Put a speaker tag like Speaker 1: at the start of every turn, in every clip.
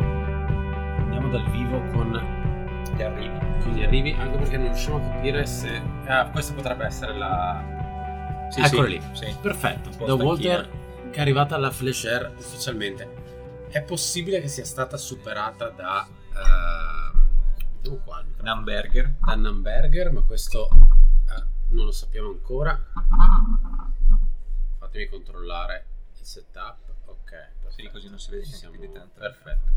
Speaker 1: Andiamo dal vivo con gli arrivi. Con gli arrivi, anche perché non riusciamo a capire se. Ah, questa potrebbe essere la.
Speaker 2: Sì,
Speaker 1: Eccolo
Speaker 2: sì,
Speaker 1: lì.
Speaker 2: sì.
Speaker 1: Perfetto.
Speaker 2: po'
Speaker 1: Da
Speaker 2: stanchina.
Speaker 1: Walter che è arrivata alla Flash Air ufficialmente. È possibile che sia stata superata da. ehm, vediamo qua.
Speaker 2: Namberger.
Speaker 1: Da Namberger, ma questo eh, non lo sappiamo ancora. Fatemi controllare il setup. Ok. perfetto.
Speaker 2: così non si vede
Speaker 1: Ci
Speaker 2: neanche più di tanto.
Speaker 1: Perfetto.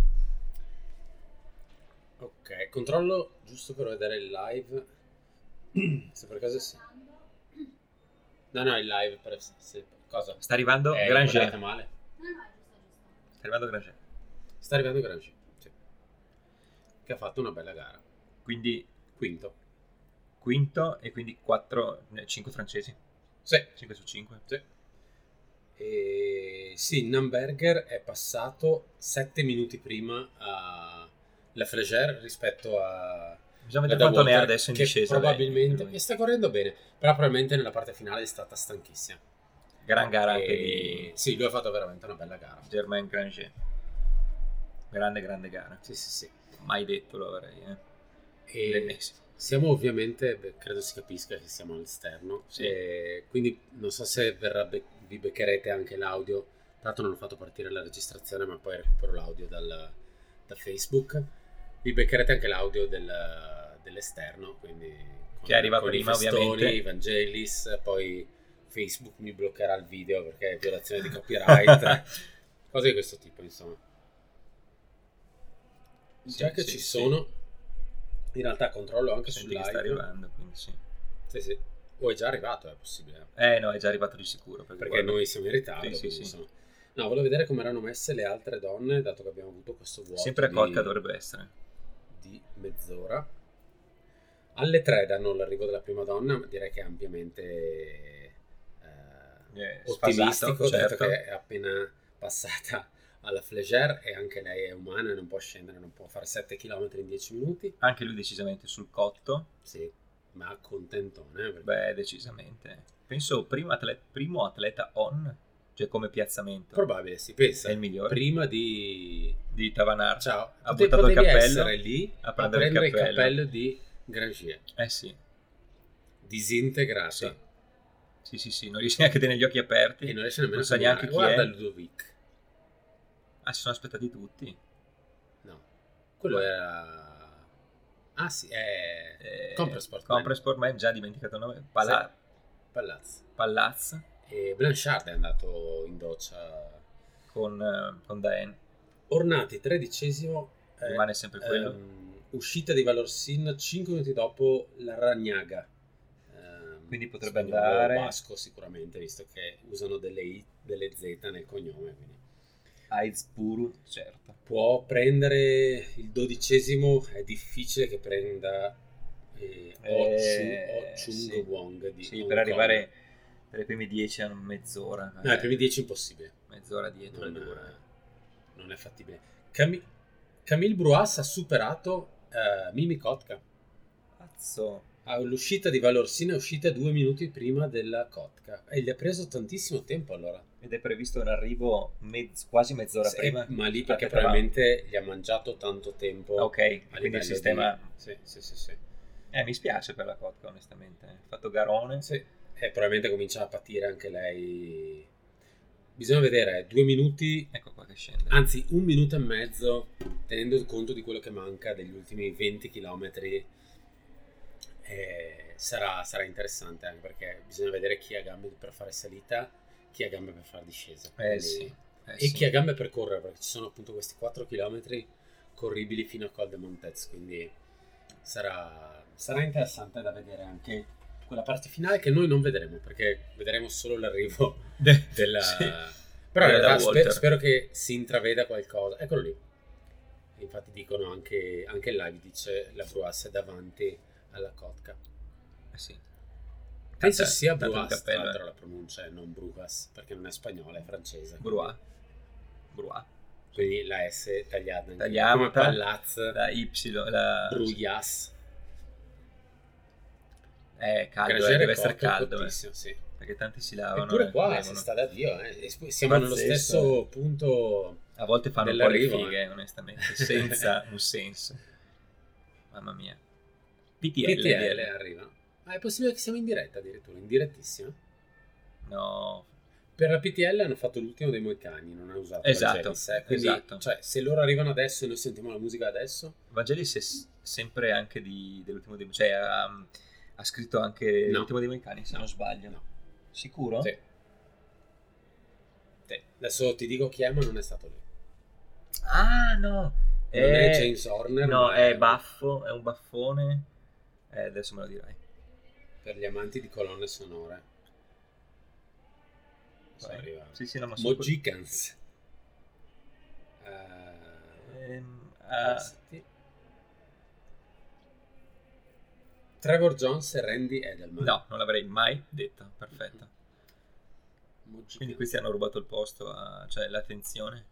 Speaker 1: Ok, controllo giusto per vedere il live. Se per caso sì. No, no, il live per se- cosa?
Speaker 2: Sta arrivando
Speaker 1: Eh, guardate
Speaker 2: Granger. Sta
Speaker 1: male.
Speaker 2: arrivando Granger.
Speaker 1: Sta arrivando Granci. Sì. Che ha fatto una bella gara.
Speaker 2: Quindi
Speaker 1: Quinto.
Speaker 2: quinto e quindi 4, 5 francesi.
Speaker 1: Sì.
Speaker 2: 5 su 5.
Speaker 1: Sì. E sì, Namberger è passato 7 minuti prima a La Fleger rispetto a
Speaker 2: Bisogna
Speaker 1: Eh, da
Speaker 2: vedere quanto ne ha
Speaker 1: Walter,
Speaker 2: adesso in
Speaker 1: che
Speaker 2: discesa. lei.
Speaker 1: Probabilmente
Speaker 2: Lui.
Speaker 1: e sta correndo bene, però probabilmente nella parte finale è stata stanchissima.
Speaker 2: Gran gara anche
Speaker 1: E-
Speaker 2: di
Speaker 1: Sì, lui ha fatto veramente una bella gara.
Speaker 2: Germain Granger. Grande, grande gara.
Speaker 1: Sì, sì, sì.
Speaker 2: Mai detto lo avrei. Eh.
Speaker 1: E
Speaker 2: L'ennesimo.
Speaker 1: siamo ovviamente, beh, credo si capisca che siamo all'esterno,
Speaker 2: Sì.
Speaker 1: e quindi non so se verrà be- vi beccherete anche l'audio, tanto non ho fatto partire la registrazione ma poi recupero l'audio dal- da Facebook, vi beccherete anche l'audio del- dell'esterno, quindi con,
Speaker 2: Che arriva
Speaker 1: con
Speaker 2: prima,
Speaker 1: i festoni,
Speaker 2: ovviamente.
Speaker 1: i Vangelis, poi Facebook mi bloccherà il video perché è violazione di copyright, cose di questo tipo insomma.
Speaker 2: Sì,
Speaker 1: Già che
Speaker 2: sì,
Speaker 1: ci
Speaker 2: sì.
Speaker 1: sono, in realtà controllo anche sul
Speaker 2: Senti che
Speaker 1: live.
Speaker 2: sta arrivando, quindi sì.
Speaker 1: Sì, sì. O è già arrivato, è possibile.
Speaker 2: Eh no, è già arrivato di sicuro. Perché,
Speaker 1: Perché
Speaker 2: guarda-
Speaker 1: noi siamo in ritardo.
Speaker 2: Sì, sì,
Speaker 1: quindi
Speaker 2: sì.
Speaker 1: insomma. No, volevo vedere come erano messe le altre donne, dato che abbiamo avuto questo vuoto
Speaker 2: Sempre a
Speaker 1: di,
Speaker 2: Colca dovrebbe essere.
Speaker 1: di mezz'ora. Alle tre danno l'arrivo della prima donna, ma direi che è ampiamente eh,
Speaker 2: Eh,
Speaker 1: ottimistico,
Speaker 2: sfasato,
Speaker 1: dato
Speaker 2: certo.
Speaker 1: che è appena passata alla Fleger e anche lei è umana e non può scendere, non può fare 7 km in 10 minuti.
Speaker 2: Anche lui decisamente sul cotto.
Speaker 1: Sì, ma contentone. eh, Perché...
Speaker 2: Beh, decisamente. Penso primo atleta, primo atleta on, cioè come piazzamento.
Speaker 1: Probabile, si pensa.
Speaker 2: È il migliore.
Speaker 1: Prima di...
Speaker 2: Di Tavanarci.
Speaker 1: Ciao.
Speaker 2: Ha
Speaker 1: Pote-
Speaker 2: buttato il
Speaker 1: potevi
Speaker 2: cappello
Speaker 1: essere lì a prendere, il, cappello. di Grangier.
Speaker 2: Eh sì,
Speaker 1: Disintegrato.
Speaker 2: sì. Sì, sì, sì, non riesce neanche a tenere gli occhi aperti.
Speaker 1: E non riesce nemmeno
Speaker 2: Non
Speaker 1: a
Speaker 2: sa neanche
Speaker 1: camminare.
Speaker 2: chi
Speaker 1: Guarda
Speaker 2: è.
Speaker 1: Ludovic.
Speaker 2: Ah, si sono aspettati tutti.
Speaker 1: No. Quello era... Ah sì, è...
Speaker 2: Eh,
Speaker 1: Compressport Man.
Speaker 2: Compressport Man, già dimenticato il nome. Pala-
Speaker 1: Palazzo.
Speaker 2: Palazzo
Speaker 1: E Blanchard è andato in doccia.
Speaker 2: con, eh, con Daen.
Speaker 1: Ornati, tredicesimo. eh,
Speaker 2: Rimane sempre quello.
Speaker 1: ehm, uscita di Valorsin 5 minuti dopo la Ragnaga. Ehm,
Speaker 2: Quindi potrebbe
Speaker 1: spagnolo
Speaker 2: andare-
Speaker 1: Basco sicuramente, visto che usano delle I, delle Z nel cognome. quindi.
Speaker 2: Aizpuru, certo.
Speaker 1: Può prendere il dodicesimo, è difficile che prenda eh,
Speaker 2: Eh,
Speaker 1: Ho Chung
Speaker 2: sì.
Speaker 1: Wong. Di
Speaker 2: Sì,
Speaker 1: Hong
Speaker 2: per
Speaker 1: Kong.
Speaker 2: arrivare tra i primi 10 hanno mezz'ora.
Speaker 1: No,
Speaker 2: eh,
Speaker 1: i primi 10 è impossibile.
Speaker 2: Mezz'ora dietro è
Speaker 1: Non, eh,
Speaker 2: dura.
Speaker 1: non è fattibile. Cami- Camille Bruas ha superato eh, Mimi Kotka.
Speaker 2: Cazzo.
Speaker 1: All'uscita di Valorsina è uscita due minuti prima della Kotka e gli ha preso tantissimo tempo allora.
Speaker 2: Ed è previsto un arrivo mezz- quasi mezz'ora
Speaker 1: Sì,
Speaker 2: prima.
Speaker 1: ma lì perché
Speaker 2: Aspetta, va.
Speaker 1: probabilmente gli ha mangiato tanto tempo.
Speaker 2: Ah, Ok,
Speaker 1: a
Speaker 2: quindi
Speaker 1: livello
Speaker 2: il sistema...
Speaker 1: di- Sì, sì, sì, sì.
Speaker 2: Eh, mi spiace per la Kotka, onestamente. Ha fatto Garone.
Speaker 1: Sì, E probabilmente comincia a patire anche lei. Bisogna vedere, eh, due minuti,
Speaker 2: Ecco qua che scende.
Speaker 1: anzi un minuto e mezzo, tenendo conto di quello che manca degli ultimi 20 km. eh, sarà, sarà interessante anche perché bisogna vedere chi ha gambe per fare salita, chi ha gambe per fare discesa.
Speaker 2: eh
Speaker 1: Quindi-
Speaker 2: sì. eh,
Speaker 1: e
Speaker 2: sì.
Speaker 1: chi ha gambe per correre perché ci sono appunto questi 4 km corribili fino a Col de Montez quindi sarà, sarà interessante da vedere anche quella parte finale che noi non vedremo perché vedremo solo l'arrivo della
Speaker 2: Sì. Eh,
Speaker 1: però in
Speaker 2: Della
Speaker 1: realtà spe-
Speaker 2: Walter.
Speaker 1: spero che si intraveda qualcosa eccolo lì E infatti dicono anche anche il live dice la Bruas è davanti alla Kotka
Speaker 2: Eh sì.
Speaker 1: penso
Speaker 2: Tanto-
Speaker 1: sia
Speaker 2: tanto il
Speaker 1: Bruas tra
Speaker 2: cappello,
Speaker 1: l'altro
Speaker 2: eh.
Speaker 1: la pronuncia e non Bruas perché non è spagnola è francese
Speaker 2: Brua. Brua.
Speaker 1: Quindi la S tagliata. anche.
Speaker 2: Tagliata.
Speaker 1: Come Pallaz,
Speaker 2: La Y, la...
Speaker 1: Brujas.
Speaker 2: Eh, caldo, eh,
Speaker 1: Gragere
Speaker 2: deve
Speaker 1: è
Speaker 2: essere
Speaker 1: cotto,
Speaker 2: caldo, eh,
Speaker 1: cottissimo, sì.
Speaker 2: perché tanti si lavano.
Speaker 1: Eppure
Speaker 2: eh,
Speaker 1: qua si
Speaker 2: bevono.
Speaker 1: sta da Dio, eh. E poi siamo nello
Speaker 2: Pazzesco, eh.
Speaker 1: stesso punto
Speaker 2: A volte fanno un po' le
Speaker 1: dell'arrivo,
Speaker 2: fighe,
Speaker 1: eh.
Speaker 2: onestamente, senza un senso. Mamma mia. PTL.
Speaker 1: PTL
Speaker 2: direi.
Speaker 1: arriva. Ma è possibile che siamo in diretta addirittura, in direttissima?
Speaker 2: No,
Speaker 1: Per la PTL hanno fatto l'ultimo dei Moicani, non hanno usato
Speaker 2: Esatto,
Speaker 1: Vangelis, eh. Quindi,
Speaker 2: esatto.
Speaker 1: cioè, se loro arrivano adesso e noi sentiamo la musica adesso,
Speaker 2: Vangelis è s- sempre anche di, dell'ultimo dei... Cioè, ha, ha scritto anche
Speaker 1: No.
Speaker 2: l'ultimo dei Moicani, se
Speaker 1: No.
Speaker 2: non sbaglio.
Speaker 1: no.
Speaker 2: Sicuro?
Speaker 1: Sì. Sì. Adesso ti dico chi è, ma non è stato lui.
Speaker 2: Ah, no! Eh,
Speaker 1: Non è James Horner,
Speaker 2: No,
Speaker 1: ma
Speaker 2: è baffo, è un baffone. Eh, adesso me lo dirai.
Speaker 1: Per gli amanti di colonne sonore. Sto
Speaker 2: Vai.
Speaker 1: arrivando.
Speaker 2: Sì, sì, no, ma sono
Speaker 1: Mojicans.
Speaker 2: Eh, quelli-
Speaker 1: Eh,
Speaker 2: Ehm, ah,
Speaker 1: sì. Trevor Jones e Randy Edelman.
Speaker 2: no, non l'avrei mai detta. Perfetta.
Speaker 1: Mojicans.
Speaker 2: Quindi questi hanno rubato il posto, a- cioè l'attenzione.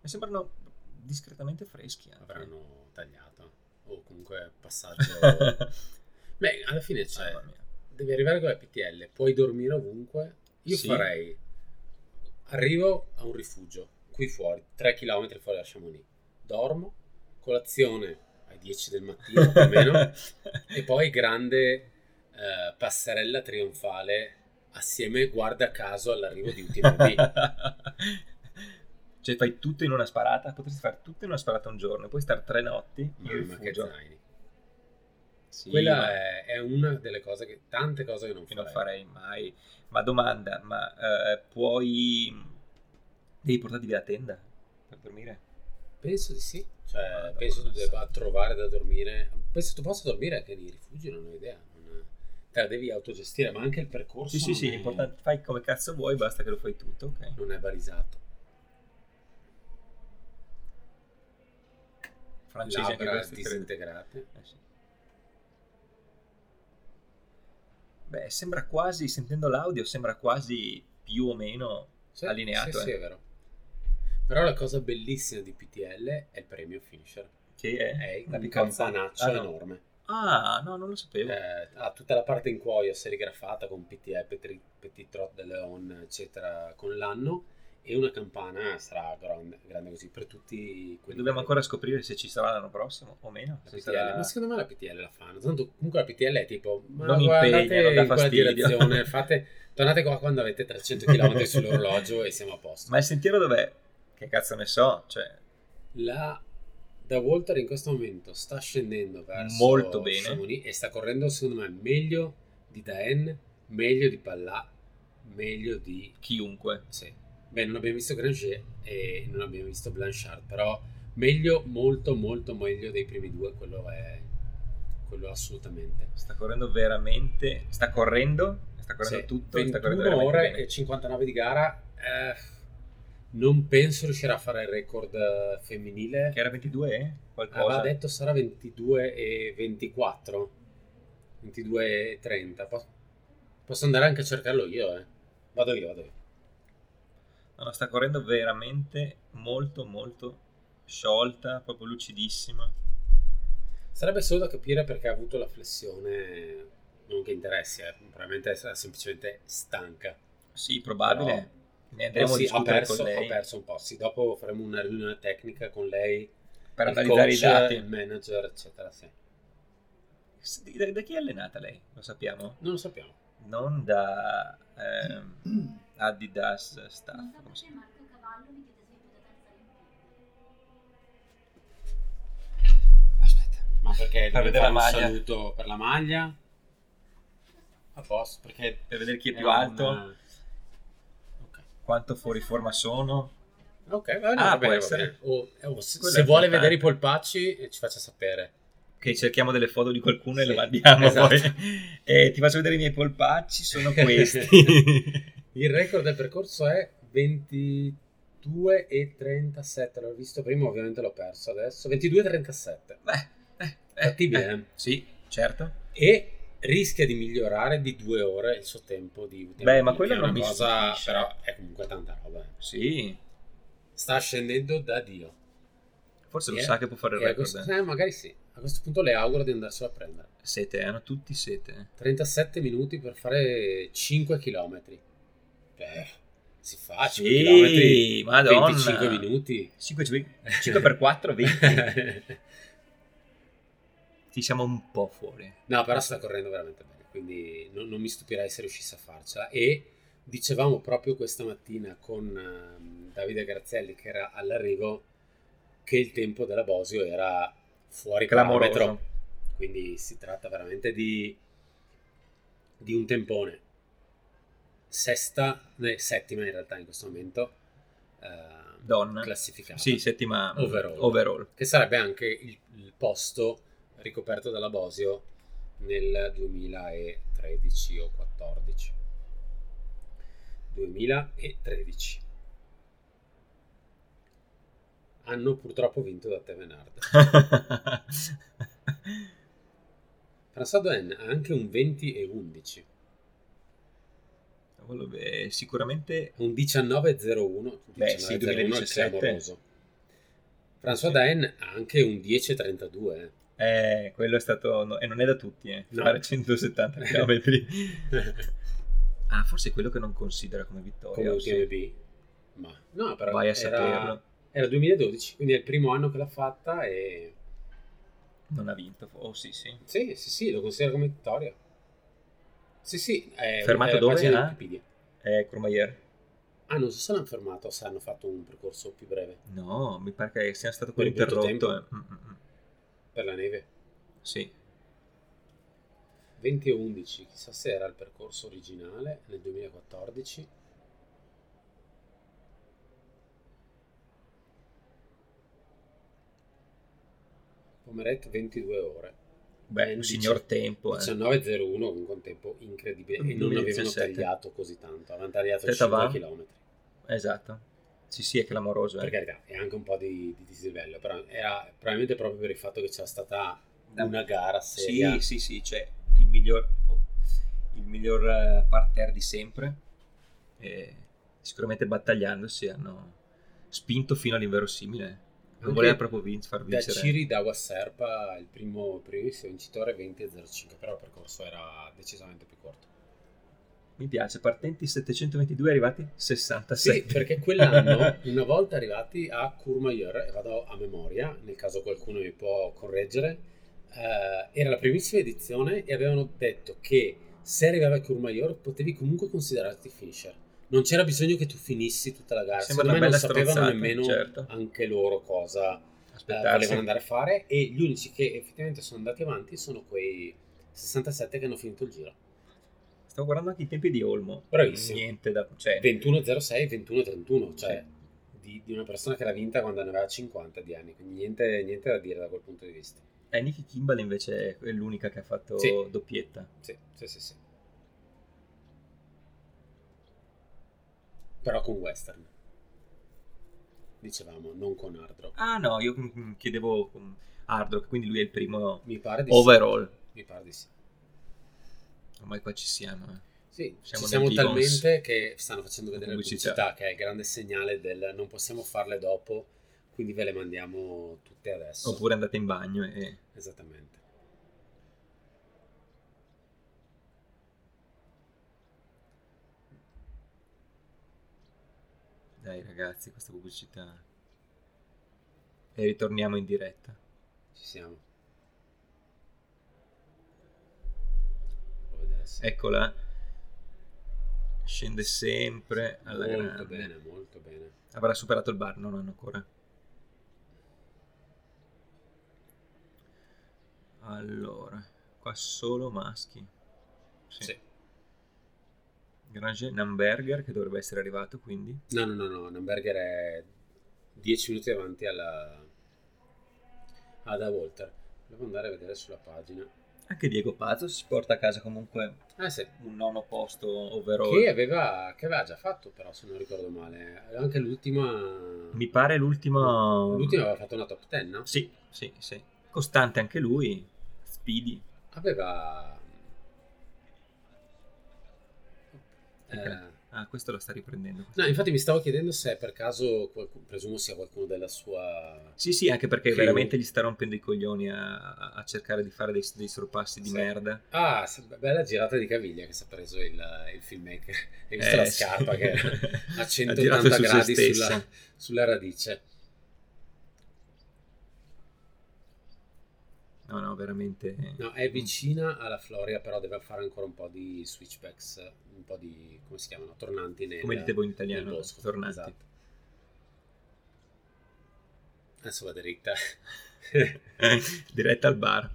Speaker 2: Mi sembrano discretamente freschi. Anche.
Speaker 1: avranno tagliato. O comunque passaggio. Beh, alla fine c'è.
Speaker 2: Mamma mia.
Speaker 1: devi arrivare con la PTL, puoi dormire ovunque. Io
Speaker 2: Sì.
Speaker 1: farei. Arrivo a un rifugio qui fuori, 3 km fuori da Chamonix. Dormo, colazione alle 10 del mattino più o meno, e poi grande eh, passerella trionfale assieme, guarda caso, all'arrivo di Ultimo B.
Speaker 2: cioè fai tutto in una sparata, potresti fare tutto in una sparata un giorno, puoi stare tre notti in
Speaker 1: Mamma che
Speaker 2: rifugio.
Speaker 1: zaini.
Speaker 2: Sì, ma-
Speaker 1: Quella è, è una delle cose che, tante cose che non
Speaker 2: che
Speaker 1: farei.
Speaker 2: non farei mai. Ma domanda, ma eh, puoi... Devi portarti via la tenda per dormire?
Speaker 1: Penso di sì. Cioè,
Speaker 2: Madonna,
Speaker 1: penso tu
Speaker 2: sì.
Speaker 1: debba trovare da dormire. Penso tu possa dormire anche nei rifugi, non ho idea. Non- Te la devi autogestire, ma anche il percorso.
Speaker 2: Sì, sì,
Speaker 1: non
Speaker 2: sì,
Speaker 1: è-
Speaker 2: l'importante- fai come cazzo vuoi, basta che lo fai tutto, ok?
Speaker 1: Non è balisato.
Speaker 2: Francesi anche
Speaker 1: Labbra
Speaker 2: questo, credo.
Speaker 1: disintegrate.
Speaker 2: Eh sì. Beh, sembra quasi, sentendo l'audio, sembra quasi più o meno...
Speaker 1: Sì,
Speaker 2: Allineato,
Speaker 1: Sì, sì,
Speaker 2: eh.
Speaker 1: è vero. Però la cosa bellissima di PTL è il premio finisher.
Speaker 2: Che è,
Speaker 1: È
Speaker 2: la
Speaker 1: un
Speaker 2: piccolezza.
Speaker 1: campanaccio
Speaker 2: Ah, no.
Speaker 1: enorme.
Speaker 2: Ah, no, non lo sapevo.
Speaker 1: Eh, ha tutta la parte in cuoio serigrafata con PTE, Petri- Petit Trot de Leon, eccetera, con l'anno e una campana sarà grande, grande così per tutti quelli.
Speaker 2: Dobbiamo
Speaker 1: che-
Speaker 2: ancora scoprire se ci sarà l'anno prossimo o meno.
Speaker 1: la
Speaker 2: se
Speaker 1: PTL.
Speaker 2: sarà-
Speaker 1: Ma secondo me la PTL la fanno. Tanto comunque la PTL è tipo: ma
Speaker 2: Non
Speaker 1: guardate
Speaker 2: impegna, non dà
Speaker 1: in quella
Speaker 2: fastidio.
Speaker 1: direzione, fate, tornate qua quando avete 300 km sull'orologio e siamo a posto.
Speaker 2: Ma il sentiero dov'è? Che cazzo ne so, cioè,
Speaker 1: La da Walter in questo momento sta scendendo verso
Speaker 2: Molto bene.
Speaker 1: Chamonix e sta correndo secondo me meglio di Daen, meglio di Pallà, meglio di
Speaker 2: chiunque.
Speaker 1: sì. Beh, non abbiamo visto Granger e non abbiamo visto Blanchard, però meglio molto molto meglio dei primi due, quello è quello assolutamente.
Speaker 2: Sta correndo veramente, sta correndo, sta correndo
Speaker 1: Sì,
Speaker 2: tutto, sta
Speaker 1: 21
Speaker 2: correndo veramente
Speaker 1: ore
Speaker 2: bene.
Speaker 1: e 59 di gara. eh, non penso riuscirà a fare il record eh, femminile.
Speaker 2: Che era 22, eh?
Speaker 1: Aveva
Speaker 2: Qualcosa.
Speaker 1: detto sarà 22 e 24, 22 e 30. Po- posso andare anche a cercarlo io, eh. Vado io, vado io.
Speaker 2: No, no, sta correndo veramente molto, molto sciolta, proprio lucidissima.
Speaker 1: Sarebbe solo da capire perché ha avuto la flessione, non che interessi, eh. probabilmente sarà semplicemente stanca.
Speaker 2: Sì, probabile.
Speaker 1: Però-
Speaker 2: Ne
Speaker 1: Però
Speaker 2: andremo a
Speaker 1: sì, ha
Speaker 2: discutere
Speaker 1: perso,
Speaker 2: con
Speaker 1: ha
Speaker 2: lei
Speaker 1: perso un po'. Sì, dopo faremo una riunione tecnica con lei,
Speaker 2: per
Speaker 1: il
Speaker 2: analizzare i
Speaker 1: coach, il
Speaker 2: dati.
Speaker 1: manager, eccetera. Sì.
Speaker 2: Sì, Da, da chi è allenata lei? Lo sappiamo?
Speaker 1: Non lo sappiamo.
Speaker 2: Non da ehm, Adidas Staff. come si chiama?
Speaker 3: Marco Cavallo mi chiede se io potete alzare in piedi.
Speaker 1: Aspetta, ma perché dobbiamo
Speaker 2: vedere
Speaker 1: fare
Speaker 2: la maglia.
Speaker 1: un saluto per la maglia? A posto, perché
Speaker 2: Per vedere chi è più
Speaker 1: Era
Speaker 2: alto,
Speaker 1: una- Ok,
Speaker 2: quanto fuori forma sono.
Speaker 1: Ok, va bene,
Speaker 2: Ah,
Speaker 1: va
Speaker 2: può
Speaker 1: bene, va
Speaker 2: essere.
Speaker 1: bene. O- eh, o se,
Speaker 2: Quello
Speaker 1: se
Speaker 2: è
Speaker 1: vuole
Speaker 2: importante.
Speaker 1: vedere i polpacci, eh, ci faccia sapere.
Speaker 2: Che cerchiamo delle foto di qualcuno e
Speaker 1: Sì,
Speaker 2: le mandiamo
Speaker 1: esatto.
Speaker 2: poi. Eh, ti faccio vedere i miei polpacci, sono questi.
Speaker 1: Il record del percorso è 22 e 37. L'ho visto prima, ovviamente l'ho perso adesso. 22 e 37.
Speaker 2: Beh, eh, eh,
Speaker 1: Fattibile.
Speaker 2: eh, sì, certo.
Speaker 1: E rischia di migliorare di due ore il suo tempo di
Speaker 2: Beh, ma
Speaker 1: che
Speaker 2: quello
Speaker 1: è
Speaker 2: non
Speaker 1: una
Speaker 2: mi
Speaker 1: cosa,
Speaker 2: stupisce.
Speaker 1: però è comunque tanta roba. eh.
Speaker 2: Sì.
Speaker 1: sta scendendo da Dio.
Speaker 2: Forse
Speaker 1: Eh,
Speaker 2: lo sa che può fare il
Speaker 1: E a
Speaker 2: record.
Speaker 1: questo-
Speaker 2: eh.
Speaker 1: eh, magari sì. A questo punto le auguro di andarselo a prendere.
Speaker 2: Sete, eh, hanno tutti sete.
Speaker 1: 37 minuti per fare 5 km. Beh, si fa 5
Speaker 2: Sì,
Speaker 1: km.
Speaker 2: madonna.
Speaker 1: 25 minuti.
Speaker 2: 5, 5 x 4, 20. Ci siamo un po' fuori.
Speaker 1: no, però sta correndo veramente bene, quindi non, non mi stupirei se riuscisse a farcela. E dicevamo proprio questa mattina con ehm, Davide Grazielli, che era all'arrivo, che il tempo della Bosio era fuori
Speaker 2: Clamoroso.
Speaker 1: parametro. Quindi si tratta veramente di, di un tempone. Sesta, eh, settima in realtà in questo momento, eh,
Speaker 2: Donna.
Speaker 1: classificata.
Speaker 2: Sì, settima mm,
Speaker 1: Overall.
Speaker 2: overall.
Speaker 1: Che sarebbe anche il, il posto ricoperto dalla Bosio nel 2013 o 14. 2013. Hanno purtroppo vinto da Tevenard. François Doen ha anche un 20 e 11.
Speaker 2: Cavolo, beh, sicuramente
Speaker 1: un 19-01,
Speaker 2: Beh, sì, 2017.
Speaker 1: François
Speaker 2: Sì.
Speaker 1: Daen ha anche un 10-32. eh.
Speaker 2: eh, quello è stato... no- e non è da tutti, eh,
Speaker 1: No.
Speaker 2: fare 170 km. ah, forse è quello che non considera come
Speaker 1: Come
Speaker 2: vittoria. Oh, sì.
Speaker 1: UTMB. Ma no, però
Speaker 2: Vai a
Speaker 1: era,
Speaker 2: saperlo.
Speaker 1: era 2012, quindi è il primo anno che l'ha fatta e
Speaker 2: Non ha vinto. Oh sì, sì.
Speaker 1: sì, sì, sì, lo considero come vittoria. Sì, sì, è
Speaker 2: Fermato
Speaker 1: è la
Speaker 2: dove, Ah?
Speaker 1: pagina
Speaker 2: là?
Speaker 1: di Wikipedia.
Speaker 2: Eh, Courmayeur.
Speaker 1: Ah, non so se l'hanno fermato o se hanno fatto un percorso più breve
Speaker 2: No, mi pare che sia stato quello
Speaker 1: Quel brutto
Speaker 2: interrotto. eh. Mm, mm, mm.
Speaker 1: per la neve.
Speaker 2: Sì.
Speaker 1: 20 e 11, chissà se era il percorso originale nel 2014. Pomeret 22 ore.
Speaker 2: Beh,
Speaker 1: Eh,
Speaker 2: un
Speaker 1: dice-
Speaker 2: signor tempo. Eh.
Speaker 1: 19.01 comunque un tempo incredibile e non avevano
Speaker 2: 2017.
Speaker 1: tagliato così tanto, avevano tagliato
Speaker 2: Aspetta, va.
Speaker 1: 5 km.
Speaker 2: Esatto. Sì, sì, è clamoroso.
Speaker 1: Per
Speaker 2: Eh.
Speaker 1: carità, è anche un po' di, di dislivello, però era probabilmente proprio per il fatto che c'era stata
Speaker 2: Da-
Speaker 1: una gara seria.
Speaker 2: Sì, sì, sì, cioè il miglior, oh, il miglior eh, parterre di sempre. E sicuramente battagliandosi hanno spinto fino all'inverosimile. Non
Speaker 1: Anche
Speaker 2: voleva proprio vin- far
Speaker 1: Da
Speaker 2: vincere.
Speaker 1: Ciri Dawa Serpa il primo primissimo vincitore 20.05, però il percorso era decisamente più corto.
Speaker 2: Mi piace, partenti 722, arrivati
Speaker 1: Sì,
Speaker 2: 67.
Speaker 1: perché quell'anno, una volta arrivati a Courmayeur, e vado a memoria, nel caso qualcuno mi può correggere, eh, era la primissima edizione e avevano detto che se arrivavi a Courmayeur potevi comunque considerarti finisher. Non c'era bisogno che tu finissi tutta la gara,
Speaker 2: Sembra
Speaker 1: secondo me
Speaker 2: una
Speaker 1: non
Speaker 2: bella
Speaker 1: sapevano
Speaker 2: stronzata,
Speaker 1: nemmeno
Speaker 2: certo.
Speaker 1: anche loro cosa eh,
Speaker 2: Aspettarsi.
Speaker 1: volevano andare a fare e gli unici che effettivamente sono andati avanti sono quei 67 che hanno finito il giro.
Speaker 2: Stavo guardando anche i tempi di Olmo.
Speaker 1: Bravissimo.
Speaker 2: Niente da... Cioè,
Speaker 1: 21.06, 21.31, cioè
Speaker 2: Sì.
Speaker 1: di, di una persona che l'ha vinta quando ne aveva 50 di anni, quindi niente, niente da dire da quel punto di vista.
Speaker 2: eh, Nicky Kimball invece è l'unica che ha fatto
Speaker 1: Sì.
Speaker 2: doppietta.
Speaker 1: Sì, sì, sì, sì. Però con Western. Dicevamo, non con hard rock.
Speaker 2: Ah no, io mm, chiedevo mm, Hard Rock, quindi lui è il primo
Speaker 1: Mi pare di
Speaker 2: overall.
Speaker 1: sì. Mi pare di sì.
Speaker 2: Ormai qua ci siamo. eh.
Speaker 1: Sì,
Speaker 2: Siamo
Speaker 1: ci siamo
Speaker 2: nel Gibbons.
Speaker 1: talmente che stanno facendo vedere
Speaker 2: Pubblicità.
Speaker 1: le pubblicità, che è il grande segnale del non possiamo farle dopo, quindi ve le mandiamo tutte adesso.
Speaker 2: Oppure andate in bagno e...
Speaker 1: Esattamente.
Speaker 2: Dai ragazzi, questa pubblicità. E ritorniamo in diretta.
Speaker 1: Ci siamo. Può vedere se-
Speaker 2: Eccola. Scende sempre alla
Speaker 1: molto
Speaker 2: grande.
Speaker 1: bene, molto bene.
Speaker 2: Avrà superato il bar, no, non ancora. Allora, qua solo maschi. Sì.
Speaker 1: Sì.
Speaker 2: Grange Namberger che dovrebbe essere arrivato quindi.
Speaker 1: No, no, no, no, Namberger è 10 minuti avanti alla Ada Walter. Devo andare a vedere sulla pagina.
Speaker 2: Anche Diego Pazzo si porta a casa comunque
Speaker 1: Ah, sì.
Speaker 2: un nono posto overall.
Speaker 1: Che aveva, che aveva già fatto, però, se non ricordo male. Anche l'ultima.
Speaker 2: Mi pare l'ultimo...
Speaker 1: L'ultima aveva fatto una top 10, no?
Speaker 2: Sì, sì, sì. Costante anche lui. Speedy.
Speaker 1: Aveva. eh,
Speaker 2: Ah, Ah, questo la sta riprendendo.
Speaker 1: No, infatti mi stavo chiedendo se per caso, qualcuno, presumo sia qualcuno della sua...
Speaker 2: Sì, sì, anche perché
Speaker 1: Sì.
Speaker 2: veramente gli sta rompendo i coglioni a, a- a cercare di fare dei, dei sorpassi di
Speaker 1: Sì.
Speaker 2: merda.
Speaker 1: Ah, se- bella girata di caviglia che si è preso il, il filmmaker. Hai visto
Speaker 2: Eh,
Speaker 1: la
Speaker 2: sì.
Speaker 1: scarpa che a
Speaker 2: Ha girato
Speaker 1: 180
Speaker 2: su se
Speaker 1: gradi
Speaker 2: stessa.
Speaker 1: sulla, sulla radice.
Speaker 2: No, no, veramente. eh,
Speaker 1: No,
Speaker 2: Mm.
Speaker 1: è vicina alla Floria, però deve fare ancora un po' di switchbacks, un po' di, come si chiamano, tornanti nel,
Speaker 2: Come dite voi in
Speaker 1: nel
Speaker 2: italiano,
Speaker 1: bosco.
Speaker 2: tornati.
Speaker 1: Esatto. Adesso vado dritta. esatto.
Speaker 2: Diretta al bar.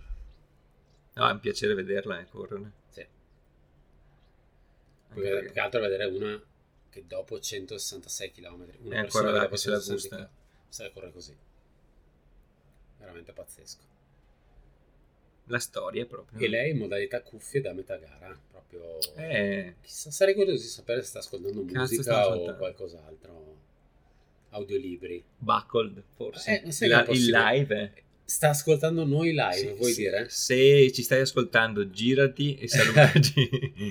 Speaker 2: No, è un piacere vederla, eh, correre.
Speaker 1: Sì. Più
Speaker 2: Anche
Speaker 1: che più
Speaker 2: perché-
Speaker 1: che altro vedere una che dopo 166 km, una
Speaker 2: È
Speaker 1: persona
Speaker 2: ancora là
Speaker 1: dopo
Speaker 2: che se la
Speaker 1: 166
Speaker 2: gusta.
Speaker 1: se la corre così. Veramente pazzesco.
Speaker 2: La storia proprio.
Speaker 1: E lei in modalità cuffie da metà gara, proprio...
Speaker 2: Mm. Eh,
Speaker 1: Chissà, sarei curioso di sapere se sta ascoltando
Speaker 2: Cazzo sta
Speaker 1: musica o
Speaker 2: ascoltando?
Speaker 1: qualcos'altro. Audiolibri.
Speaker 2: Buckled, forse.
Speaker 1: Eh, mi sembra
Speaker 2: La- il
Speaker 1: possibile.
Speaker 2: live. eh.
Speaker 1: Sta ascoltando noi live,
Speaker 2: Sì,
Speaker 1: vuoi
Speaker 2: sì.
Speaker 1: dire?
Speaker 2: Se ci stai ascoltando, girati e salutaci.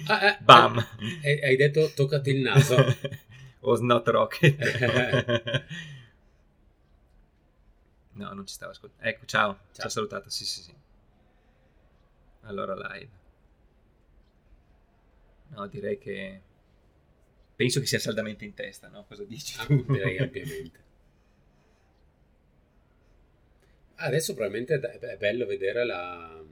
Speaker 1: Ah, ah,
Speaker 2: Bam.
Speaker 1: Hai, hai detto toccati il naso.
Speaker 2: Was not rocket. no, non ci stavo ascoltando. Ecco, ciao. Ci ha salutato. Sì, sì, sì. Allora, live. No, direi che... Penso che sia saldamente in testa, no? Cosa dici?
Speaker 1: Ah,
Speaker 2: tu?
Speaker 1: direi ampiamente. Ah, Adesso probabilmente è è bello vedere la...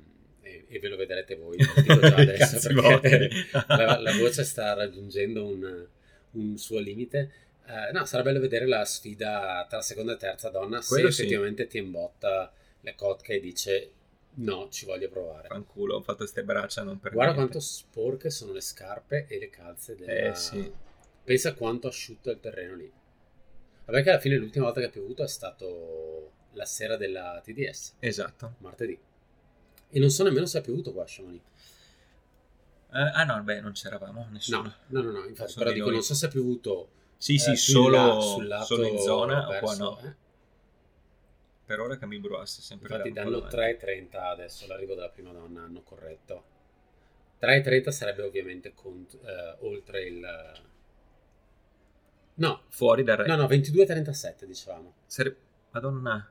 Speaker 1: E, e ve lo vedrete voi, lo dico già adesso,
Speaker 2: Cazzi
Speaker 1: perché
Speaker 2: vostri.
Speaker 1: la, la voce sta raggiungendo un, un suo limite. Eh, no, sarà bello vedere la sfida tra seconda e terza donna,
Speaker 2: Quello
Speaker 1: se
Speaker 2: sì.
Speaker 1: effettivamente ti imbotta la Kotka e dice no, ci voglio provare.
Speaker 2: Fanculo, ho fatto queste braccia non per
Speaker 1: Guarda
Speaker 2: niente.
Speaker 1: quanto sporche sono le scarpe e le calze della...
Speaker 2: Eh, sì.
Speaker 1: Pensa quanto asciutto è il terreno lì. Vabbè che alla fine l'ultima volta che ha piovuto è stato la sera della TDS,
Speaker 2: Esatto.
Speaker 1: martedì. E non so nemmeno se ha piovuto qua a Chamonix.
Speaker 2: Eh, ah no, beh, non c'eravamo, nessuno.
Speaker 1: No, no, no, no, infatti,
Speaker 2: Sono
Speaker 1: però
Speaker 2: di
Speaker 1: dico,
Speaker 2: noi.
Speaker 1: non so se ha piovuto
Speaker 2: Sì, sì,
Speaker 1: eh, più in là,
Speaker 2: solo,
Speaker 1: sul lato
Speaker 2: solo in zona o qua
Speaker 1: verso-
Speaker 2: no.
Speaker 1: eh.
Speaker 2: Per ora Camille Bruas è sempre
Speaker 1: Infatti
Speaker 2: là un
Speaker 1: danno
Speaker 2: po'
Speaker 1: 3.30 adesso, l'arrivo della prima donna, hanno corretto. 3.30 sarebbe ovviamente cont- eh, oltre il... No,
Speaker 2: davanti. Fuori dal re.
Speaker 1: no, no, 22.37 dicevamo.
Speaker 2: Sare- Madonna.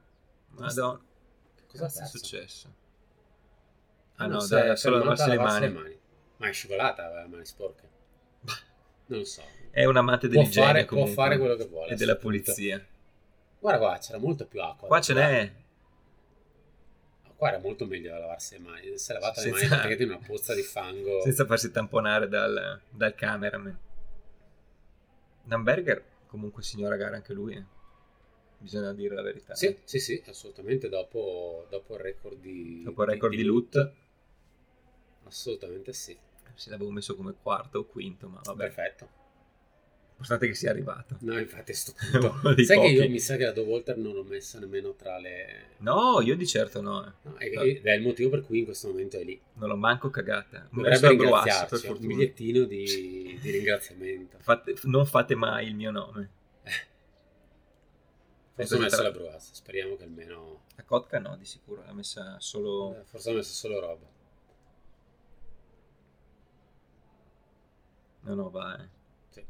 Speaker 2: Madonna.
Speaker 1: Cosa
Speaker 2: Cazzo
Speaker 1: ha
Speaker 2: è
Speaker 1: perso?
Speaker 2: successo?
Speaker 1: Ah
Speaker 2: Ah no,
Speaker 1: no,
Speaker 2: dai,
Speaker 1: dai,
Speaker 2: era solo lavarsi le mani.
Speaker 1: Ma è scivolata, aveva le mani sporche. Non lo so.
Speaker 2: È un amante
Speaker 1: Può
Speaker 2: dell'igiene
Speaker 1: fare, può
Speaker 2: comunque,
Speaker 1: fare quello che vuole.
Speaker 2: E della
Speaker 1: assolutamente.
Speaker 2: pulizia.
Speaker 1: Guarda qua, c'era molto più acqua.
Speaker 2: Qua ce n'è.
Speaker 1: Qua era molto meglio lavarsi le mani. Si è lavata le mani
Speaker 2: Senza-
Speaker 1: perché tiene una pozza di fango.
Speaker 2: Senza farsi tamponare dal, dal cameraman. Namberger, comunque signora gara anche lui. eh. Bisogna dire la verità. eh.
Speaker 1: Sì, sì, sì, assolutamente. Dopo, dopo il record di...
Speaker 2: Dopo il record di loot.
Speaker 1: Assolutamente sì.
Speaker 2: Se l'avevo messo come quarto o quinto, ma vabbè.
Speaker 1: Perfetto.
Speaker 2: Importante che sia arrivato.
Speaker 1: No, infatti è sto
Speaker 2: È
Speaker 1: punto.
Speaker 2: uno dei
Speaker 1: Sai che
Speaker 2: pochi.
Speaker 1: io mi sa che la Do Walter non l'ho messa nemmeno tra le...
Speaker 2: No, io di certo no. eh.
Speaker 1: No, è- ed è il motivo per cui in questo momento è lì.
Speaker 2: Non l'ho manco cagata. Un
Speaker 1: Dovrebbe eh,
Speaker 2: verso a Bruas,
Speaker 1: ringraziarci,
Speaker 2: per
Speaker 1: un
Speaker 2: fortuna.
Speaker 1: bigliettino di, di ringraziamento.
Speaker 2: Fate- non fate mai il mio nome.
Speaker 1: Forse ho messo
Speaker 2: Tra-
Speaker 1: la Bruas, speriamo che almeno...
Speaker 2: La Kotka no, di sicuro. L'ha messa solo...
Speaker 1: eh, Forse ho messo solo roba.
Speaker 2: No, no, va. eh.
Speaker 1: Sì.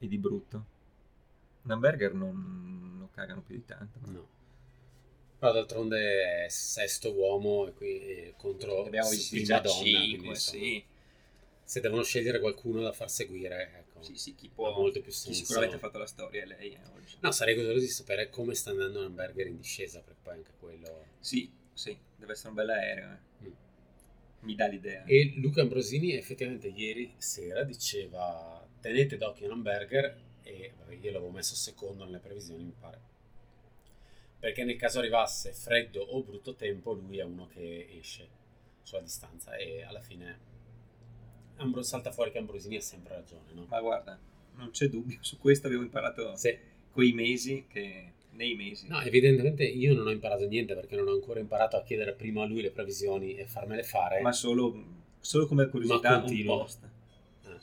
Speaker 2: E di brutto. Namberger non lo cagano più di tanto.
Speaker 1: No. Però d'altronde è sesto uomo e qui eh, contro
Speaker 2: Abbiamo
Speaker 1: s-
Speaker 2: visto
Speaker 1: prima
Speaker 2: già
Speaker 1: donna, quindi,
Speaker 2: cinque,
Speaker 1: insomma,
Speaker 2: sì.
Speaker 1: Se devono scegliere qualcuno da far seguire, ecco.
Speaker 2: Sì, sì, chi
Speaker 1: ha
Speaker 2: può...
Speaker 1: molto più
Speaker 2: Chi
Speaker 1: senso.
Speaker 2: sicuramente ha fatto la storia è lei eh, oggi.
Speaker 1: No, sarei curioso di sapere come sta andando l'hamburger in discesa, perché poi anche quello...
Speaker 2: Sì, sì, deve essere un bel aereo. eh.
Speaker 1: Mm.
Speaker 2: Mi dà l'idea.
Speaker 1: E Luca Ambrosini effettivamente ieri sera diceva tenete d'occhio l'hamburger e vabbè, io l'avevo messo secondo nelle previsioni mi pare perché nel caso arrivasse freddo o brutto tempo lui è uno che esce sulla distanza e alla fine Ambro- salta fuori che Ambrosini ha sempre ragione no?
Speaker 2: Ma guarda, non c'è dubbio, su questo abbiamo imparato
Speaker 1: Se-
Speaker 2: quei mesi che... Nei mesi.
Speaker 1: No, evidentemente io non ho imparato niente perché non ho ancora imparato a chiedere prima a lui le previsioni e farmele fare
Speaker 2: ma solo, solo come
Speaker 1: Ma
Speaker 2: curiosità un
Speaker 1: continua.
Speaker 2: post.
Speaker 1: Ah.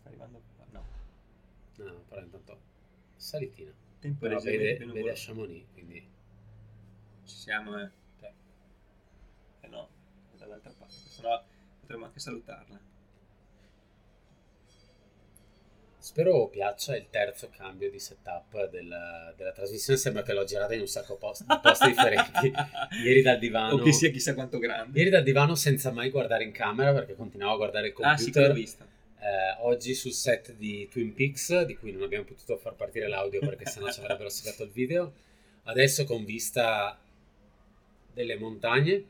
Speaker 2: Sta arrivando qua, no.
Speaker 1: no, però intanto salitina
Speaker 2: Tempo
Speaker 1: però vede,
Speaker 2: leggermente più
Speaker 1: vede a
Speaker 2: nuvoloso.
Speaker 1: Chamonix quindi
Speaker 2: Ci siamo, eh. Eh no, è dall'altra parte. Sennò potremmo anche salutarla.
Speaker 1: Spero piaccia il terzo cambio di setup della, della trasmissione. Sembra che l'ho girata in un sacco post- di posti differenti. Ieri dal divano.
Speaker 2: o che sia chissà quanto grande.
Speaker 1: Ieri dal divano senza mai guardare in camera perché continuavo a guardare il
Speaker 2: ah, sì, che l'ho
Speaker 1: computer.
Speaker 2: vista.
Speaker 1: Eh, oggi sul set di Twin Peaks, di cui non abbiamo potuto far partire l'audio perché sennò ci avrebbero segato il video. Adesso con vista delle montagne.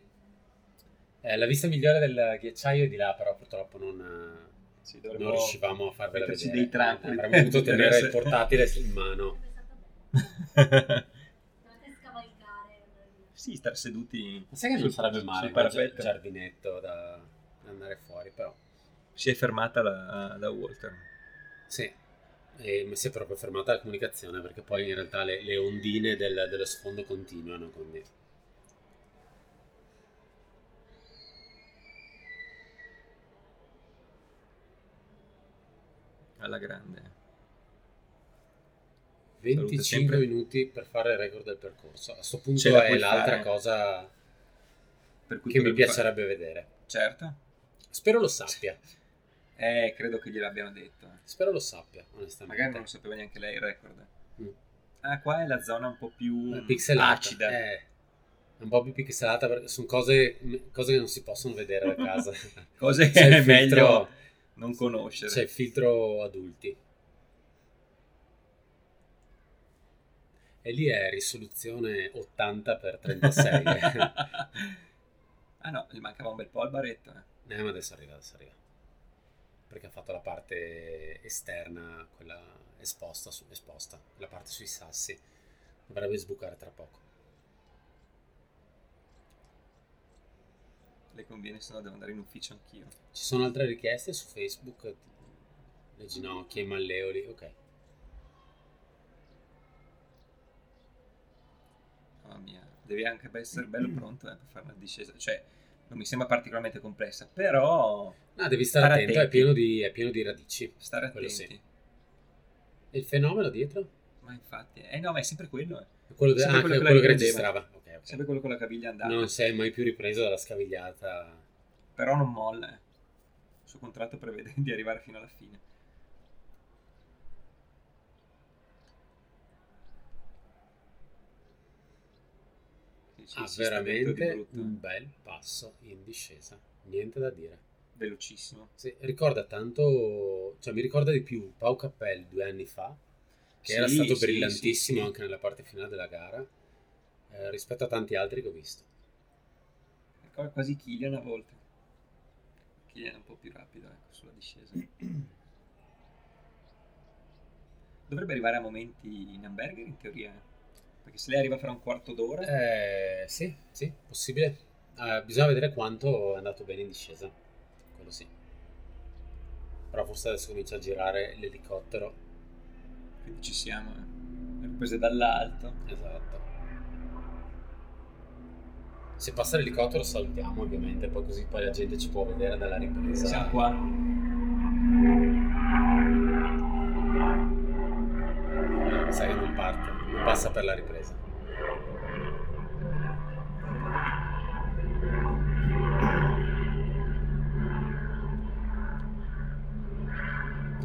Speaker 1: Eh, la vista migliore del ghiacciaio di là, però purtroppo non,
Speaker 2: Sì,
Speaker 1: non
Speaker 2: dovremmo-
Speaker 1: riuscivamo a farvela
Speaker 2: metterci
Speaker 1: vedere.
Speaker 2: dei trampoli.
Speaker 1: Avremmo potuto tenere il
Speaker 2: Interesse.
Speaker 1: portatile in mano.
Speaker 3: Dovete scavalcare.
Speaker 2: sì, stare seduti.
Speaker 1: Ma sai che non
Speaker 2: sul-
Speaker 1: sarebbe male
Speaker 2: sul
Speaker 1: un gi-
Speaker 2: parapetto.
Speaker 1: giardinetto da, da andare fuori, però.
Speaker 2: Si è fermata la, la Walter.
Speaker 1: Sì, e mi si è proprio fermata la comunicazione perché poi in realtà le, le ondine del- dello sfondo continuano. Quindi.
Speaker 2: Alla grande.
Speaker 1: 25
Speaker 2: sempre.
Speaker 1: minuti per fare il record del percorso. A sto punto
Speaker 2: Ce la
Speaker 1: è
Speaker 2: puoi
Speaker 1: l'altra
Speaker 2: fare.
Speaker 1: cosa
Speaker 2: Per cui
Speaker 1: che mi
Speaker 2: potrebbe
Speaker 1: piacerebbe vedere.
Speaker 2: fare- Certo.
Speaker 1: Spero lo sappia,
Speaker 2: Eh, credo che gliel'abbiano detto.
Speaker 1: spero lo sappia,
Speaker 2: Magari non
Speaker 1: onestamente.
Speaker 2: lo sapeva neanche lei il record.
Speaker 1: Mm.
Speaker 2: Ah, qua è la zona un po' più
Speaker 1: È pixelata,
Speaker 2: acida.
Speaker 1: eh, è un po' più pixelata perché sono cose, cose che non si possono vedere da casa.
Speaker 2: Cose
Speaker 1: C'è
Speaker 2: che
Speaker 1: il
Speaker 2: è meglio
Speaker 1: filtro-
Speaker 2: non conoscere.
Speaker 1: C'è il filtro adulti. E lì è risoluzione 80x36.
Speaker 2: ah no, gli mancava un bel po' al baretto. eh.
Speaker 1: eh, ma adesso arriva, adesso arriva. Perché ha fatto la parte esterna, quella esposta, su- esposta, la parte sui sassi. Dovrebbe sbucare tra poco.
Speaker 2: Le conviene, se no devo andare in ufficio anch'io.
Speaker 1: Ci sono altre richieste su Facebook? Tipo Le ginocchia, i malleoli, ok.
Speaker 2: Mamma mia, devi anche essere bello pronto eh, per fare una discesa. Cioè, non mi sembra particolarmente complessa, però
Speaker 1: No, devi stare
Speaker 2: Stare
Speaker 1: attento, è
Speaker 2: attenti.
Speaker 1: pieno, di, è pieno di radici.
Speaker 2: stare
Speaker 1: Quello
Speaker 2: attenti.
Speaker 1: sì. E il fenomeno dietro?
Speaker 2: Ma infatti, eh no, ma è sempre quello, eh.
Speaker 1: Quello, de-
Speaker 2: Sempre
Speaker 1: ah,
Speaker 2: quello
Speaker 1: che-
Speaker 2: che la
Speaker 1: quello che
Speaker 2: riprendeva.
Speaker 1: registrava. Ok, ok.
Speaker 2: sempre quello con la caviglia andata.
Speaker 1: Non sei mai più ripreso dalla scavigliata.
Speaker 2: Però non molla. eh. Il suo contratto prevede di arrivare fino alla fine. Sì, sì,
Speaker 1: ah,
Speaker 2: sì, sta dentro di
Speaker 1: veramente Mm.
Speaker 2: brutto, eh.
Speaker 1: un bel passo in discesa. Niente da dire.
Speaker 2: velocissimo.
Speaker 1: Sì, ricorda tanto, cioè mi ricorda di più Pau Cappell due anni fa, che era
Speaker 2: Sì,
Speaker 1: stato
Speaker 2: sì,
Speaker 1: brillantissimo
Speaker 2: sì, sì.
Speaker 1: anche nella parte finale della gara, eh, rispetto a tanti altri che ho visto.
Speaker 2: Ricorda quasi Kylian a volte. Kylian è un po' più rapido ecco, sulla discesa. Dovrebbe arrivare a momenti in hamburger in teoria. eh. Perché se lei arriva fra un quarto d'ora...
Speaker 1: Eh, sì, sì, possibile. Eh, bisogna vedere quanto è andato bene in discesa. Quello sì. Però forse adesso comincia a girare l'elicottero.
Speaker 2: Quindi ci siamo, eh. Le riprese dall'alto.
Speaker 1: Esatto. Se passa l'elicottero salutiamo ovviamente, poi così poi la gente ci può vedere dalla ripresa.
Speaker 2: Siamo qua.
Speaker 1: No, sai che non parte, non passa per la ripresa.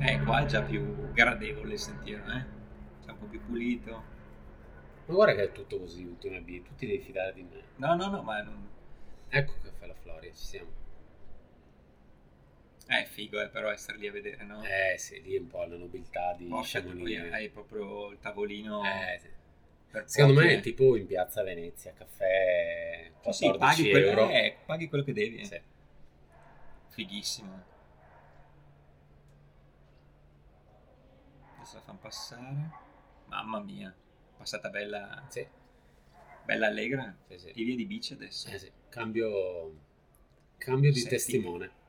Speaker 2: Eh, qua è già più gradevole il sentiero, eh. C'è un po' più pulito.
Speaker 1: Ma guarda che è tutto così, ultima B, tu ti devi fidare di me.
Speaker 2: No, no, no, ma non...
Speaker 1: Ecco che fa la Floria, ci siamo.
Speaker 2: Eh, è figo, eh, però essere lì a vedere, no?
Speaker 1: Eh sì, lì è un po' la nobiltà di
Speaker 2: Porsche, per cui
Speaker 1: Chamonix.
Speaker 2: hai proprio il tavolino
Speaker 1: Eh, sì.
Speaker 2: per
Speaker 1: Secondo
Speaker 2: pochi,
Speaker 1: me è
Speaker 2: eh.
Speaker 1: tipo in piazza Venezia, caffè
Speaker 2: Sì, sì,
Speaker 1: 14
Speaker 2: paghi, quello-
Speaker 1: euro.
Speaker 2: eh, paghi quello che devi. eh.
Speaker 1: Sì.
Speaker 2: Fighissimo. Adesso la fanno passare. Mamma mia. Passata bella,
Speaker 1: Sì,
Speaker 2: bella allegra.
Speaker 1: sì, sì.
Speaker 2: Le vie di bici adesso.
Speaker 1: Eh sì, Cambio, cambio di
Speaker 2: Senti.
Speaker 1: testimone.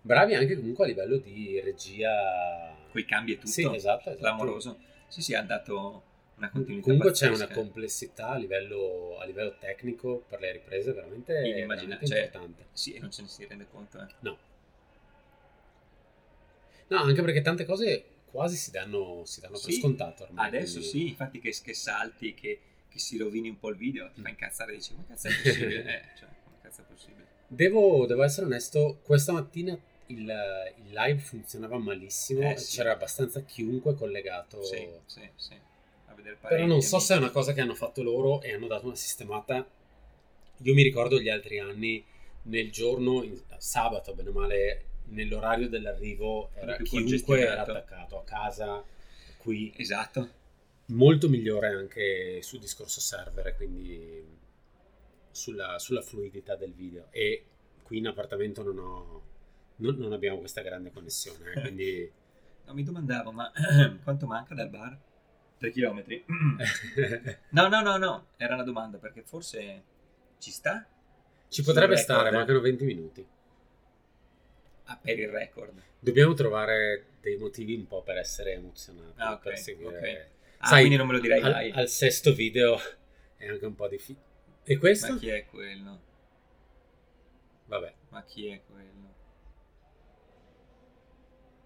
Speaker 1: Bravi anche comunque a livello di regia.
Speaker 2: Quei cambi e tutto.
Speaker 1: Sì, esatto, esatto.
Speaker 2: Clamoroso. Sì, sì, ha dato una continuità
Speaker 1: Comunque c'è
Speaker 2: pazzesca.
Speaker 1: una complessità a livello, a livello tecnico per le riprese veramente,
Speaker 2: Inimmaginabile,
Speaker 1: veramente
Speaker 2: cioè-
Speaker 1: importante.
Speaker 2: Sì, e non ce ne si rende conto. eh.
Speaker 1: No, anche perché tante cose quasi si danno, si danno per
Speaker 2: Sì.
Speaker 1: scontato ormai.
Speaker 2: Adesso
Speaker 1: quindi-
Speaker 2: sì, infatti che, che salti, che, che si rovini un po' il video,
Speaker 1: Mm.
Speaker 2: ti fa incazzare e dici, come cazzo è possibile? eh, cioè, come cazzo è possibile?
Speaker 1: Devo, devo essere onesto, questa mattina il, il live funzionava malissimo,
Speaker 2: Eh, sì.
Speaker 1: c'era abbastanza chiunque collegato.
Speaker 2: Sì, sì, sì. A vedere
Speaker 1: Oh. Però
Speaker 2: parecchi
Speaker 1: non so
Speaker 2: amici.
Speaker 1: se è una cosa che hanno fatto loro e hanno dato una sistemata. Io mi ricordo gli altri anni, nel giorno, in- sabato, bene o male, nell'orario dell'arrivo,
Speaker 2: Era
Speaker 1: era
Speaker 2: più
Speaker 1: chiunque era
Speaker 2: congestionato.
Speaker 1: attaccato a casa, qui.
Speaker 2: Esatto.
Speaker 1: Molto migliore anche sul discorso server, quindi sulla, sulla fluidità del video. E qui in appartamento non ho... Non, non abbiamo questa grande connessione, eh, quindi
Speaker 2: No, mi domandavo, ma quanto manca dal bar? 3 chilometri. No, no, no, no, era una domanda perché forse ci sta
Speaker 1: ci potrebbe
Speaker 2: record,
Speaker 1: stare,
Speaker 2: eh.
Speaker 1: mancano 20 minuti.
Speaker 2: ah, per il record.
Speaker 1: Dobbiamo trovare dei motivi un po' per essere emozionati.
Speaker 2: Ah, ok,
Speaker 1: per seguire.
Speaker 2: Ah,
Speaker 1: Sai,
Speaker 2: quindi non me lo direi
Speaker 1: al,
Speaker 2: mai.
Speaker 1: al sesto video è anche un po' difficile. E questo?
Speaker 2: Ma chi è quello?
Speaker 1: Vabbè,
Speaker 2: Ma chi è quello?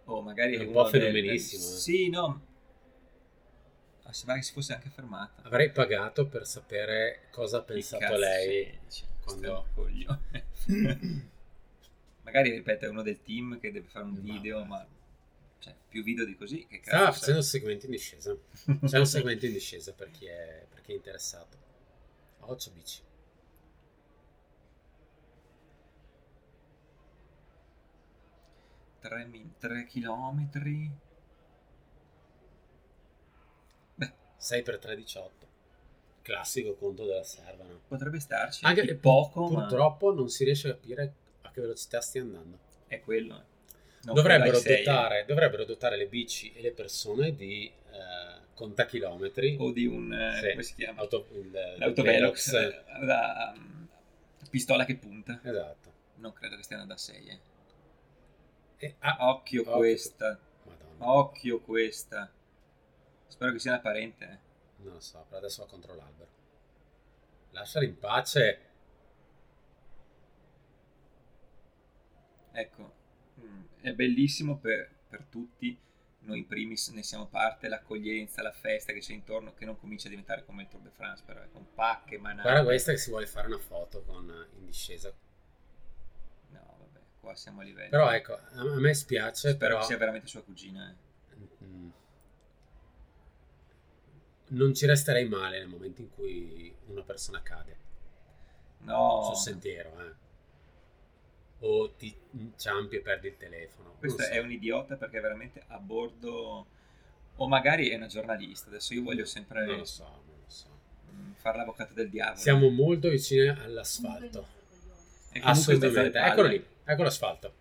Speaker 2: Oh, magari
Speaker 1: È un
Speaker 2: uno
Speaker 1: po'
Speaker 2: del-
Speaker 1: fenomenissimo, eh.
Speaker 2: Sì, no. Ah, sembrava che si fosse anche fermata.
Speaker 1: avrei pagato per sapere cosa ha pensato
Speaker 2: Che
Speaker 1: lei.
Speaker 2: cazzo sei? Cioè, questo è un
Speaker 1: quando-
Speaker 2: coglione. Magari, ripeto, è uno del team che deve fare un
Speaker 1: Ma- Ah,
Speaker 2: video, ma... Cioè, più video di così, che cazzo.
Speaker 1: Stava
Speaker 2: sai?
Speaker 1: facendo un segmento in discesa. C'è un segmento in discesa per chi è, per chi è interessato. Oh, A 8 bici.
Speaker 2: Tre min- tre chilometri.
Speaker 1: 6x318. Classico conto della servana.
Speaker 2: Potrebbe starci.
Speaker 1: Anche
Speaker 2: Di
Speaker 1: che
Speaker 2: poco, ma
Speaker 1: Purtroppo non si riesce a capire a che velocità stia andando.
Speaker 2: è quello. eh. Non
Speaker 1: dovrebbero,
Speaker 2: quella ai sei, eh.
Speaker 1: dotare, dovrebbero dotare le bici e le persone di eh, contachilometri
Speaker 2: eh. O di un... eh,
Speaker 1: Sì.
Speaker 2: Come si chiama?
Speaker 1: auto, il-
Speaker 2: L'autovelox.
Speaker 1: velox.
Speaker 2: eh, La mm, pistola che punta.
Speaker 1: Esatto.
Speaker 2: Non credo che stiano da 6, eh.
Speaker 1: E, ah,
Speaker 2: Occhio
Speaker 1: Occhio.
Speaker 2: questa.
Speaker 1: Madonna.
Speaker 2: Occhio questa. Spero che sia una parente. eh.
Speaker 1: Non lo so, però adesso va contro l'albero. Lasciali in pace.
Speaker 2: Ecco, mm, è bellissimo per, per tutti, noi in primis ne siamo parte, l'accoglienza, la festa che c'è intorno, che non comincia a diventare come il Tour de France, però ecco, è con pacche, manate.
Speaker 1: Guarda questa che si vuole fare una foto con, eh, in discesa.
Speaker 2: No, vabbè, qua siamo a livello.
Speaker 1: Però ecco, a a me spiace,
Speaker 2: Spero
Speaker 1: però...
Speaker 2: che sia veramente sua cugina. eh.
Speaker 1: Mm. Non ci resterei male nel momento in cui una persona cade.
Speaker 2: No,
Speaker 1: sul sentiero, eh. O ti inciampi e perdi il telefono. non
Speaker 2: questo
Speaker 1: so.
Speaker 2: è un idiota perché è veramente a bordo... O magari è una giornalista, adesso io voglio sempre
Speaker 1: Non lo so, non lo so.
Speaker 2: mm, fare l'avvocato del diavolo.
Speaker 1: Siamo molto vicini all'asfalto.
Speaker 2: E comunque senza le
Speaker 1: Assolutamente.
Speaker 2: palle.
Speaker 1: Eccolo lì, ecco l'asfalto.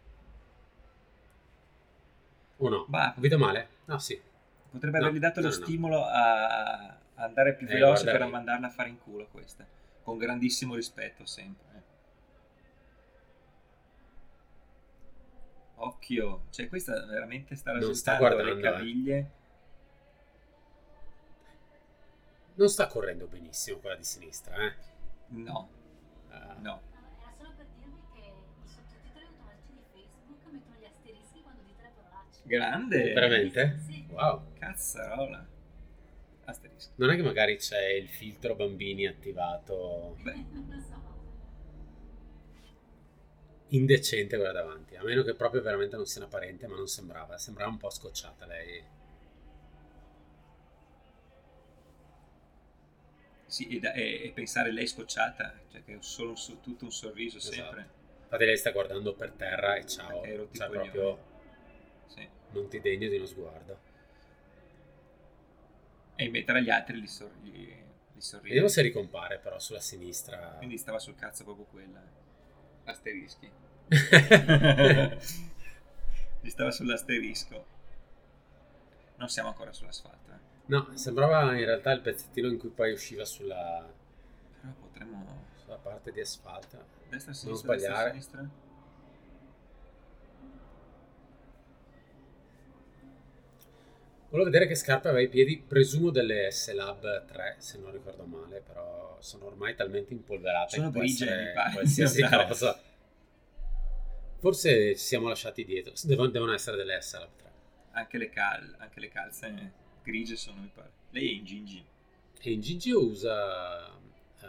Speaker 1: O no?
Speaker 2: Bah,
Speaker 1: Vedo male? No, sì.
Speaker 2: Potrebbe
Speaker 1: No,
Speaker 2: avergli dato
Speaker 1: no,
Speaker 2: lo
Speaker 1: no.
Speaker 2: stimolo a a andare più
Speaker 1: Eh,
Speaker 2: veloce
Speaker 1: guarda
Speaker 2: per
Speaker 1: lì.
Speaker 2: mandarla a fare in culo questa. Con grandissimo rispetto sempre. eh. Occhio, cioè questa veramente sta
Speaker 1: Non sta
Speaker 2: rasentando le
Speaker 1: guardando, eh.
Speaker 2: caviglie.
Speaker 1: Non sta correndo benissimo quella di sinistra, eh.
Speaker 2: No,
Speaker 1: Ah,
Speaker 2: no.
Speaker 3: Era solo per dirvi che i sottotitoli automatici di Facebook mettono gli asterischi quando dite le parolacce.
Speaker 2: Grande.
Speaker 1: Veramente?
Speaker 3: Sì.
Speaker 1: Wow.
Speaker 2: Cazzarola. Asterisco.
Speaker 1: Non è che magari c'è il filtro bambini attivato
Speaker 2: Beh,
Speaker 3: Non lo so.
Speaker 1: indecente quella davanti, a meno che proprio veramente non sia una parente, ma non sembrava, sembrava un po' scocciata lei.
Speaker 2: sì, e, da- e- e pensare lei scocciata, cioè che è solo un so- tutto un sorriso
Speaker 1: Esatto.
Speaker 2: sempre.
Speaker 1: Infatti lei sta guardando per terra e ciao,
Speaker 2: Perché hai rotto i
Speaker 1: cioè
Speaker 2: coglioni.
Speaker 1: proprio
Speaker 2: Sì.
Speaker 1: non ti degno di uno sguardo.
Speaker 2: E mentre gli altri li, sor- gli- gli
Speaker 1: Vediamo
Speaker 2: sorridono.
Speaker 1: se ricompare però sulla sinistra.
Speaker 2: Quindi stava sul cazzo proprio quella. eh. Asterischi. Gli stava sull'asterisco. Non siamo ancora sull'asfalto. eh.
Speaker 1: no, sembrava in realtà il pezzettino in cui poi usciva sulla,
Speaker 2: Però potremmo.
Speaker 1: sulla parte di asfalto.
Speaker 2: Destra, sinistra,
Speaker 1: Non sbagliare.
Speaker 2: destra, sinistra.
Speaker 1: Volevo vedere che scarpe aveva ai piedi, presumo delle S-Lab 3, se non ricordo male, però sono ormai talmente impolverate
Speaker 2: Sono
Speaker 1: che può
Speaker 2: grigie,
Speaker 1: essere
Speaker 2: mi pare, Esatto.
Speaker 1: qualsiasi
Speaker 2: di notare.
Speaker 1: cosa. Forse ci siamo lasciati dietro, Devo- devono essere delle S-Lab 3.
Speaker 2: Anche le, cal- anche le calze eh, grigie sono, mi pare. Lei è in gingi.
Speaker 1: E in Gigi usa eh,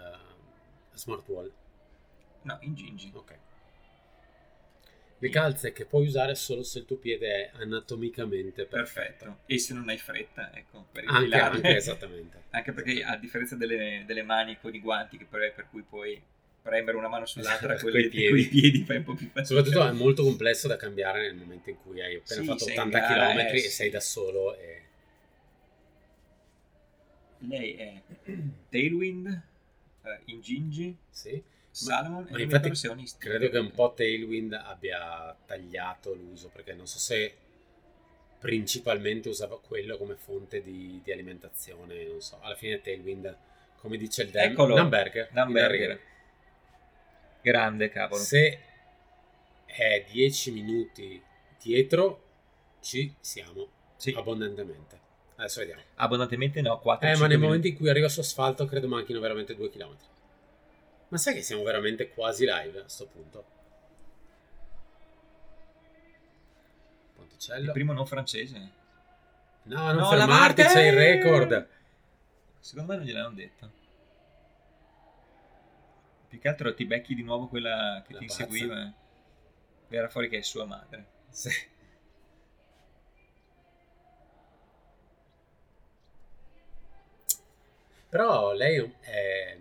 Speaker 1: Smart Wall,
Speaker 2: No, in gingi.
Speaker 1: ok. Le calze che puoi usare solo se il tuo piede è anatomicamente perfetto.
Speaker 2: Perfetto. E se non hai fretta, ecco, per
Speaker 1: Anche,
Speaker 2: infilare.
Speaker 1: anche, esatto. esattamente.
Speaker 2: Anche perché a differenza delle, delle mani con i guanti, che per, per cui puoi premere una mano sull'altra,
Speaker 1: Esatto,
Speaker 2: quelle
Speaker 1: coi piedi.
Speaker 2: con i piedi fai un po' più fatica.
Speaker 1: Soprattutto è molto complesso da cambiare nel momento in cui hai appena
Speaker 2: Sì,
Speaker 1: fatto
Speaker 2: sei in
Speaker 1: 80
Speaker 2: gara,
Speaker 1: km
Speaker 2: eh,
Speaker 1: e
Speaker 2: sì.
Speaker 1: sei da solo e
Speaker 2: Lei è Tailwind, eh, Ingingi,
Speaker 1: sì.
Speaker 2: Salomon
Speaker 1: ma
Speaker 2: e
Speaker 1: infatti
Speaker 2: non sia onista.
Speaker 1: Credo che un po' Tailwind abbia tagliato l'uso perché non so se principalmente usava quello come fonte di, di alimentazione, non so. Alla fine Tailwind, come dice il Dan,
Speaker 2: Eccolo.
Speaker 1: Namberger.
Speaker 2: Namberger. Grande, cavolo.
Speaker 1: Se è 10 minuti dietro, ci siamo
Speaker 2: Sì.
Speaker 1: abbondantemente. Adesso vediamo.
Speaker 2: Abbondantemente no, 4
Speaker 1: Eh, ma nel momento in cui arriva su asfalto credo manchino veramente 2 km. Ma sai che siamo veramente quasi live a sto punto?
Speaker 2: Il
Speaker 1: Ponticello.
Speaker 2: primo non francese.
Speaker 1: No, non
Speaker 2: No,
Speaker 1: fermarti,
Speaker 2: Lamarck!
Speaker 1: c'è il record.
Speaker 2: Secondo me non gliel'hanno detto. Più che altro ti becchi di nuovo quella che
Speaker 1: La
Speaker 2: ti
Speaker 1: pazza.
Speaker 2: inseguiva. Era fuori che è sua madre.
Speaker 1: Sì. Però lei è un- è...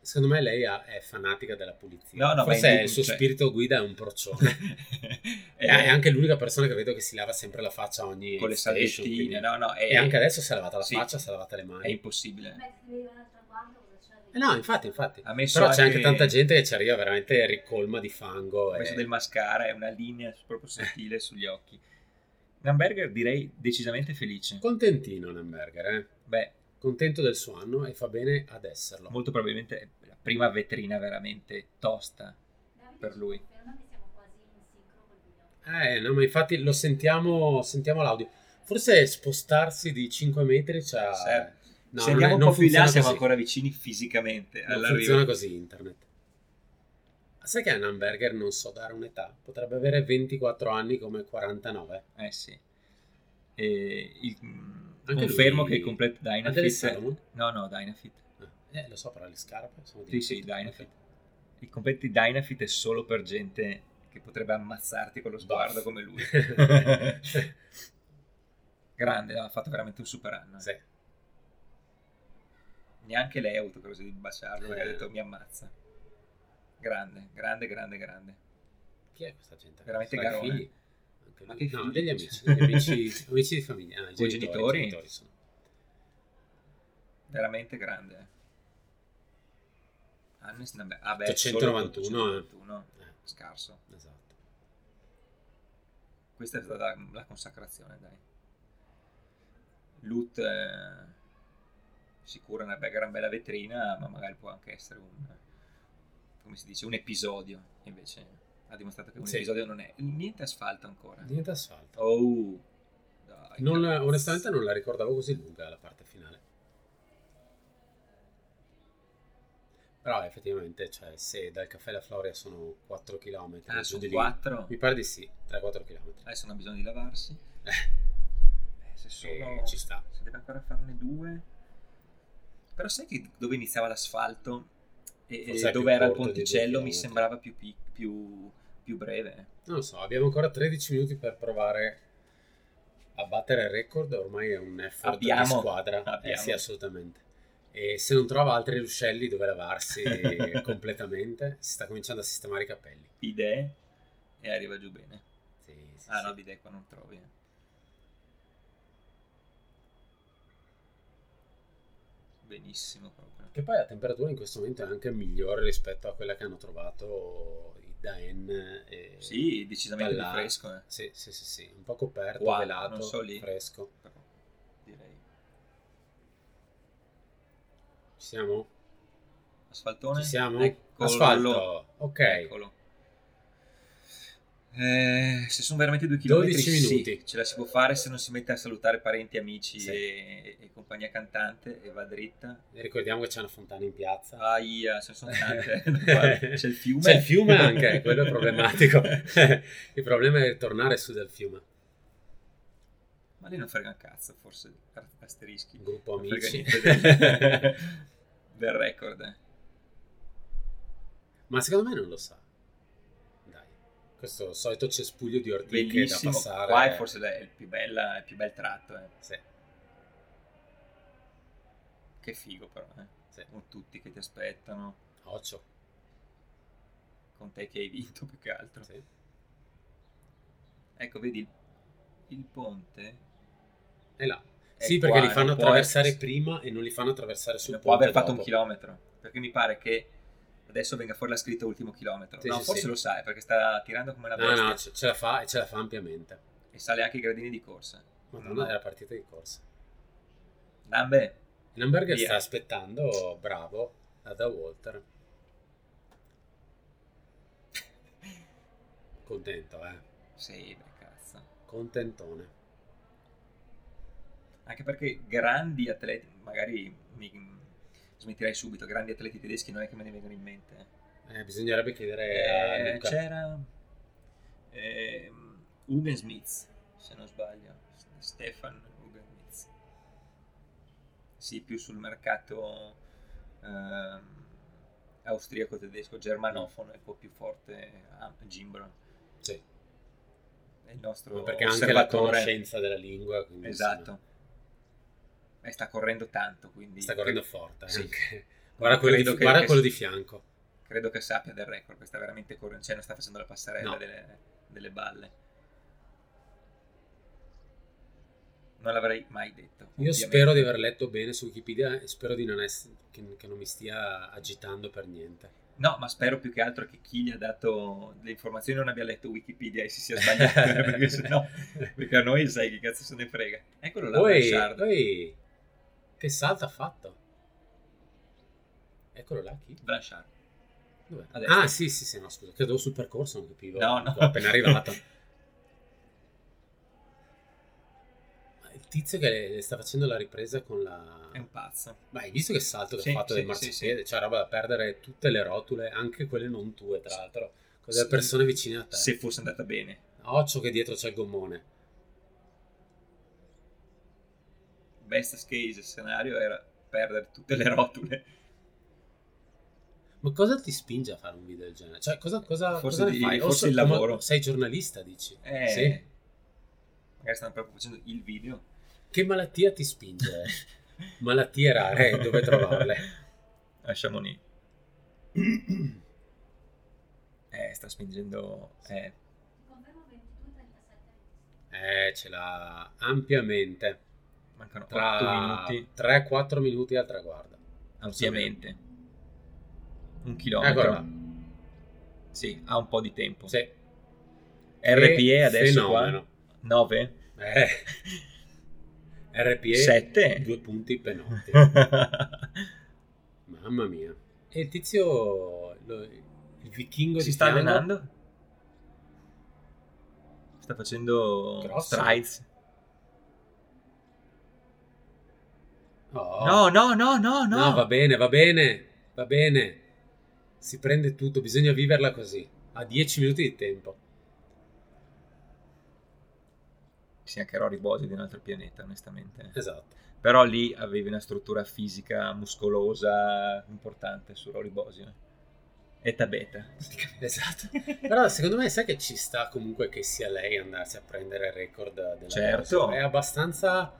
Speaker 1: Secondo me lei ha- è fanatica della pulizia.
Speaker 2: No, no, ma
Speaker 1: Forse
Speaker 2: è in-
Speaker 1: il suo
Speaker 2: cioè-
Speaker 1: spirito guida è un procione.
Speaker 2: Eh,
Speaker 1: E è anche l'unica persona che vedo che si lava sempre la faccia a ogni
Speaker 2: con le
Speaker 1: station,
Speaker 2: salvettine.
Speaker 1: quindi-
Speaker 2: No, no, è,
Speaker 1: E anche adesso si è lavata la
Speaker 2: Sì.
Speaker 1: faccia, si è lavata le
Speaker 2: è
Speaker 1: mani.
Speaker 2: impossibile.
Speaker 3: Beh, se devi andare al traguardo, cosa c'è?
Speaker 1: Eh no, infatti, infatti.
Speaker 2: Ha messo
Speaker 1: Però c'è anche tanta gente eh. che ci arriva veramente ricolma di fango.
Speaker 2: Ha messo
Speaker 1: e-
Speaker 2: del mascara e una linea proprio sottile sugli occhi. L'hamburger direi decisamente felice.
Speaker 1: Contentino Namberger, eh.
Speaker 2: Beh,
Speaker 1: Contento del suo anno e fa bene ad esserlo.
Speaker 2: molto probabilmente è la prima vetrina veramente tosta.
Speaker 3: Davide
Speaker 2: per
Speaker 3: ci
Speaker 2: lui.
Speaker 3: conferma che siamo quasi in sincro col video.
Speaker 1: Eh, no, ma infatti lo sentiamo, sentiamo l'audio. Forse spostarsi di 5 metri c'ha...
Speaker 2: Serve.
Speaker 1: No,
Speaker 2: Se
Speaker 1: non
Speaker 2: andiamo
Speaker 1: è-
Speaker 2: un
Speaker 1: non
Speaker 2: po' più in là
Speaker 1: funziona
Speaker 2: siamo
Speaker 1: così.
Speaker 2: ancora vicini fisicamente
Speaker 1: Non
Speaker 2: all'arrivo.
Speaker 1: funziona così internet. Ma Sai che a un hamburger non so dare un'età? Potrebbe avere 24 anni come 49.
Speaker 2: Eh sì. E il- mm,
Speaker 1: Anche
Speaker 2: confermo
Speaker 1: lui-
Speaker 2: che il Complete
Speaker 1: Ma delle
Speaker 2: Dynafit...
Speaker 1: Salomon?
Speaker 2: No, no, Dynafit.
Speaker 1: Eh, lo so, però le scarpe sono
Speaker 2: Sì, sì, Dynafit. Il Complete Dynafit è solo per gente che potrebbe ammazzarti con lo sguardo
Speaker 1: Buff.
Speaker 2: come lui.
Speaker 1: Sì.
Speaker 2: Grande, no, ha fatto veramente un super anno. eh. Neanche lei ha avuto così di baciarlo, perché ha
Speaker 1: Eh.
Speaker 2: detto mi ammazza. Grande, grande, grande, grande.
Speaker 1: Chi è questa gente?
Speaker 2: Veramente
Speaker 1: Sarà i
Speaker 2: garone.
Speaker 1: figli? Anche
Speaker 2: Ma
Speaker 1: lui?
Speaker 2: che
Speaker 1: No,
Speaker 2: figli?
Speaker 1: degli amici, degli amici, amici di famiglia. Ah, i
Speaker 2: O
Speaker 1: genitori,
Speaker 2: genitori?
Speaker 1: i genitori sono.
Speaker 2: Veramente grande. eh. Hannes, vabbè, ah, beh,
Speaker 1: 891,
Speaker 2: solo
Speaker 1: eh.
Speaker 2: 891, scarso.
Speaker 1: Eh, esatto.
Speaker 2: Questa è stata la, la consacrazione, dai. Loot eh, sicura una be- gran bella vetrina, ma magari può anche essere un come si dice, un episodio, invece ha dimostrato che un
Speaker 1: Sì.
Speaker 2: episodio non è niente asfalto ancora.
Speaker 1: Niente asfalto.
Speaker 2: Oh. Dai,
Speaker 1: Non-
Speaker 2: cazzo.
Speaker 1: onestamente non la ricordavo così lunga la parte finale. Però effettivamente, cioè, se dal caffè alla Floria sono 4 km,
Speaker 2: Ah, su
Speaker 1: di lì,
Speaker 2: 4.
Speaker 1: mi pare di sì, 3-4 km.
Speaker 2: Adesso non ha bisogno di lavarsi. Eh, se solo
Speaker 1: ci sta.
Speaker 2: Se deve ancora farne due. Però sai che dove iniziava l'asfalto e,
Speaker 1: Forse
Speaker 2: e
Speaker 1: è più
Speaker 2: dove era il
Speaker 1: corto di due
Speaker 2: ponticello mi
Speaker 1: chilometri.
Speaker 2: sembrava più, pic- più, più breve.
Speaker 1: Non lo so, abbiamo ancora 13 minuti per provare a battere il record, ormai è un effort di
Speaker 2: Abbiamo.
Speaker 1: squadra,
Speaker 2: Abbiamo.
Speaker 1: Eh sì assolutamente. E se non trova altri ruscelli dove lavarsi completamente, si sta cominciando a sistemare i capelli.
Speaker 2: Idee e arriva giù bene.
Speaker 1: Sì, sì,
Speaker 2: Ah
Speaker 1: sì.
Speaker 2: no, bidè qua non trovi. eh. Benissimo proprio.
Speaker 1: Che poi la temperatura in questo momento è anche migliore rispetto a quella che hanno trovato i Daen. E...
Speaker 2: Sì, decisamente più
Speaker 1: Dalla-
Speaker 2: fresco. eh.
Speaker 1: Sì, sì, sì, sì, un po' coperto,
Speaker 2: Wow,
Speaker 1: velato,
Speaker 2: non so lì.
Speaker 1: fresco.
Speaker 2: Però, direi.
Speaker 1: Ci siamo?
Speaker 2: Asfaltone? Ecco,
Speaker 1: Ci siamo?
Speaker 2: Eccolo.
Speaker 1: Asfalto, ok.
Speaker 2: Eccolo. Eh, se sono veramente due chilometri,
Speaker 1: 12
Speaker 2: sì,
Speaker 1: minuti.
Speaker 2: ce la si può fare se non si mette a salutare parenti, amici
Speaker 1: Sì.
Speaker 2: e, e compagnia cantante e va dritta.
Speaker 1: E Ricordiamo che c'è una fontana in piazza.
Speaker 2: Aia, ce ne sono tante. Guarda, c'è il fiume.
Speaker 1: C'è il fiume anche, eh, quello è problematico. il problema è tornare su dal fiume.
Speaker 2: Ma lei non frega un cazzo, forse, a- asterischi.
Speaker 1: Un gruppo
Speaker 2: Non frega
Speaker 1: amici.
Speaker 2: niente del, del record. eh.
Speaker 1: Ma secondo me non lo sa. Dai, questo solito cespuglio di ortiche da
Speaker 2: Bellissimo.
Speaker 1: passare.
Speaker 2: Qua è forse la- il più, bella- il più bel tratto. eh.
Speaker 1: Sì,
Speaker 2: Che figo però. Eh.
Speaker 1: sì.
Speaker 2: Con tutti che ti aspettano.
Speaker 1: Occhio.
Speaker 2: Con te che hai vinto più che altro.
Speaker 1: Sì.
Speaker 2: Ecco, vedi, il ponte
Speaker 1: È là.
Speaker 2: È
Speaker 1: sì,
Speaker 2: qua,
Speaker 1: perché li
Speaker 2: non
Speaker 1: fanno
Speaker 2: può
Speaker 1: attraversare
Speaker 2: essere-
Speaker 1: prima e non li fanno attraversare sul
Speaker 2: non
Speaker 1: ponte.
Speaker 2: può aver fatto
Speaker 1: dopo.
Speaker 2: un chilometro. Perché mi pare che adesso venga fuori la scritta ultimo chilometro.
Speaker 1: Sì,
Speaker 2: no,
Speaker 1: sì,
Speaker 2: forse
Speaker 1: sì.
Speaker 2: lo sai, perché sta tirando come la bestia
Speaker 1: No, no, ce, ce la fa e ce la fa ampiamente.
Speaker 2: e sale anche i gradini di corsa.
Speaker 1: Madonna,
Speaker 2: Mm.
Speaker 1: era partita di corsa.
Speaker 2: Dambe,
Speaker 1: Lamberger
Speaker 2: Via.
Speaker 1: sta aspettando, bravo, la da Walter. Contento, eh.
Speaker 2: sì, beh, cazzo.
Speaker 1: Contentone.
Speaker 2: Anche perché grandi atleti, magari mi smetterei subito, grandi atleti tedeschi non è che me ne vengono in mente. eh.
Speaker 1: Eh, bisognerebbe chiedere a
Speaker 2: Eh,
Speaker 1: Luca.
Speaker 2: c'era ehm, Ugen Smith, se non sbaglio, Stefan Ugen Smith. Sì, più sul mercato ehm, austriaco-tedesco, germanofono, è un po' più forte a Gimbron.
Speaker 1: Sì,
Speaker 2: È il nostro
Speaker 1: ma perché ha anche la
Speaker 2: osservatore.
Speaker 1: conoscenza della lingua. quindi,
Speaker 2: Esatto. E sta correndo tanto, quindi
Speaker 1: insomma, sta correndo forte. eh,
Speaker 2: Sì.
Speaker 1: anche. Guarda, quello, di,
Speaker 2: Credo che-
Speaker 1: guarda
Speaker 2: che-
Speaker 1: quello di fianco.
Speaker 2: credo che sappia del record, perché sta veramente correndo, cioè non sta facendo la passerella
Speaker 1: No.
Speaker 2: delle, delle balle. Non l'avrei mai detto.
Speaker 1: Io
Speaker 2: ovviamente.
Speaker 1: spero di aver letto bene su Wikipedia e spero di non ess- che, che non mi stia agitando per niente.
Speaker 2: No, ma spero più che altro che chi gli ha dato le informazioni non abbia letto Wikipedia e si sia sbagliato, perché sennò... Perché a noi sai che cazzo se ne frega. Eccolo là,
Speaker 1: Poi,
Speaker 2: Blanchard.
Speaker 1: poi, che salto ha fatto? Eccolo là, chi?
Speaker 2: Blanchard.
Speaker 1: Dov'è?
Speaker 2: A destra.
Speaker 1: Ah, sì, sì, sì, no, scusa, credevo sul percorso, non capivo.
Speaker 2: No, no.
Speaker 1: Ero Appena arrivato. Ma Il tizio che le- le sta facendo la ripresa con la...
Speaker 2: È un pazzo.
Speaker 1: Ma hai visto che salto che
Speaker 2: Sì,
Speaker 1: ha fatto
Speaker 2: sì,
Speaker 1: del marciapiede? Cioè, roba da perdere tutte le rotule, anche quelle non tue, tra l'altro. Con delle
Speaker 2: Sì.
Speaker 1: persone vicine a te.
Speaker 2: Se fosse andata bene.
Speaker 1: Occhio che dietro c'è il gommone.
Speaker 2: Best case scenario era perdere tutte le rotule.
Speaker 1: Ma cosa ti spinge a fare un video del genere? Cioè, cosa, cosa,
Speaker 2: Forse
Speaker 1: cosa ne
Speaker 2: di-
Speaker 1: fai? O
Speaker 2: forse
Speaker 1: so-
Speaker 2: il
Speaker 1: come-
Speaker 2: lavoro.
Speaker 1: Sei giornalista, dici?
Speaker 2: Eh,
Speaker 1: Sì.
Speaker 2: Magari stanno proprio facendo il video.
Speaker 1: Che malattia ti spinge? Malattie rare, eh, dove trovarle?
Speaker 2: Lasciamo lì. Eh, sta spingendo... Eh,
Speaker 3: Confermo 22, 37, 26.
Speaker 1: Eh, ce l'ha ampiamente.
Speaker 2: mancano 8
Speaker 1: Tra
Speaker 2: minuti.
Speaker 1: 3-4 minuti al traguardo.
Speaker 2: Ampiamente. Un
Speaker 1: Eccola
Speaker 2: chilometro.
Speaker 1: là.
Speaker 2: Sì, ha un po' di tempo.
Speaker 1: Sì.
Speaker 2: RPE
Speaker 1: Che
Speaker 2: adesso qua.
Speaker 1: fenomeno.
Speaker 2: 9?
Speaker 1: Eh. RPE
Speaker 2: 7?
Speaker 1: due punti penotti. Mamma mia. E il tizio, lo- il vichingo
Speaker 2: si
Speaker 1: di
Speaker 2: sta
Speaker 1: fianco-
Speaker 2: allenando? Sta facendo
Speaker 1: Grosso.
Speaker 2: strides.
Speaker 1: Oh.
Speaker 2: No, no, no, no, no.
Speaker 1: No, va bene, va bene, va bene. Si prende tutto, bisogna viverla così. Ha 10 minuti di tempo.
Speaker 2: Sì, anche Rory Bosi di un altro pianeta, onestamente.
Speaker 1: Esatto.
Speaker 2: Però lì avevi una struttura fisica muscolosa importante su Rory Bosi. eh. E Tabeta.
Speaker 1: Esatto. Però secondo me sai che ci sta comunque che sia lei andarsi a prendere il record della
Speaker 2: Certo.
Speaker 1: cosa. È abbastanza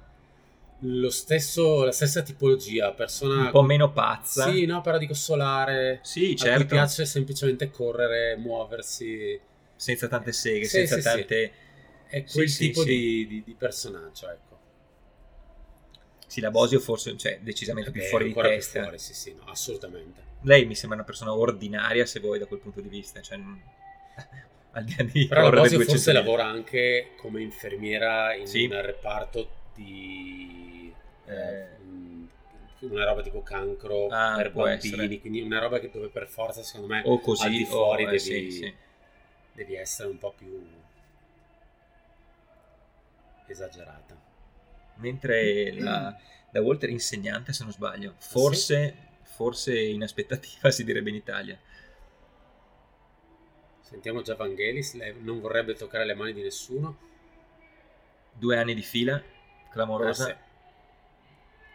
Speaker 1: lo stesso, la stessa tipologia, persona
Speaker 2: Un po' meno pazza.
Speaker 1: Sì, no, però dico solare.
Speaker 2: Sì,
Speaker 1: A cui
Speaker 2: certo.
Speaker 1: piace semplicemente correre, muoversi.
Speaker 2: Senza tante seghe,
Speaker 1: Sì,
Speaker 2: senza
Speaker 1: sì, sì.
Speaker 2: tante...
Speaker 1: È
Speaker 2: Sì,
Speaker 1: quel
Speaker 2: sì,
Speaker 1: tipo
Speaker 2: sì.
Speaker 1: Di, di- di personaggio, ecco.
Speaker 2: Sì, la Bosio forse, cioè, decisamente più
Speaker 1: Vabbè,
Speaker 2: fuori di
Speaker 1: Eh, ancora più
Speaker 2: testa.
Speaker 1: fuori, sì, sì, no, assolutamente.
Speaker 2: Lei mi sembra una persona ordinaria, se vuoi, da quel punto di vista. Cioè, non- al di là di
Speaker 1: Però la
Speaker 2: correre
Speaker 1: Bosio
Speaker 2: 200
Speaker 1: forse
Speaker 2: metri.
Speaker 1: lavora anche come infermiera in
Speaker 2: Sì.
Speaker 1: un reparto di eh,
Speaker 2: Eh.
Speaker 1: mh, una roba tipo cancro
Speaker 2: Ah,
Speaker 1: per
Speaker 2: può
Speaker 1: bambini,
Speaker 2: essere.
Speaker 1: quindi una roba che dove per forza secondo me
Speaker 2: O così,
Speaker 1: al di fuori
Speaker 2: o, eh,
Speaker 1: devi,
Speaker 2: sì, sì.
Speaker 1: devi essere un po' più esagerata.
Speaker 2: Mentre la, la Walter è insegnante, se non
Speaker 1: Ah,
Speaker 2: sbaglio. Forse, forse in aspettativa, si direbbe in Italia.
Speaker 1: Sentiamo già Vangelis, lei non vorrebbe toccare le mani di nessuno.
Speaker 2: Due anni di fila,
Speaker 1: Ma
Speaker 2: clamorosa.
Speaker 1: se- Ah,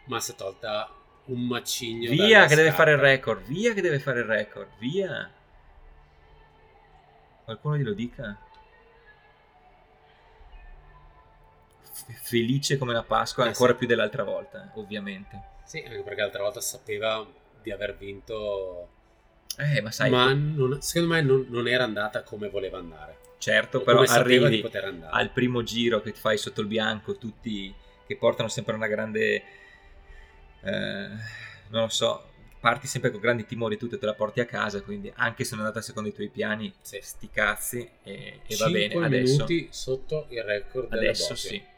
Speaker 1: Ma si è tolta un macigno.
Speaker 2: Via
Speaker 1: dalla
Speaker 2: che deve
Speaker 1: scarpa.
Speaker 2: fare il record, via che deve fare il record, via. Qualcuno glielo dica? F- felice come la Pasqua,
Speaker 1: Eh,
Speaker 2: ancora
Speaker 1: sì.
Speaker 2: più dell'altra volta, eh, ovviamente.
Speaker 1: Sì, anche perché l'altra volta sapeva di aver vinto,
Speaker 2: Eh, ma sai,
Speaker 1: ma non- secondo me non, non era andata come voleva andare.
Speaker 2: certo,
Speaker 1: O
Speaker 2: però
Speaker 1: come sapeva
Speaker 2: arrivi
Speaker 1: di poter andare.
Speaker 2: al primo giro che ti fai sotto il bianco, tutti che portano sempre una grande... eh, non lo so, parti sempre con grandi timori tu e te la porti a casa, quindi anche se non è andata secondo i tuoi piani,
Speaker 1: Sì.
Speaker 2: sti cazzi e, e va
Speaker 1: Cinque
Speaker 2: bene adesso.
Speaker 1: minuti sotto il record della
Speaker 2: Adesso
Speaker 1: Bobbio.
Speaker 2: sì.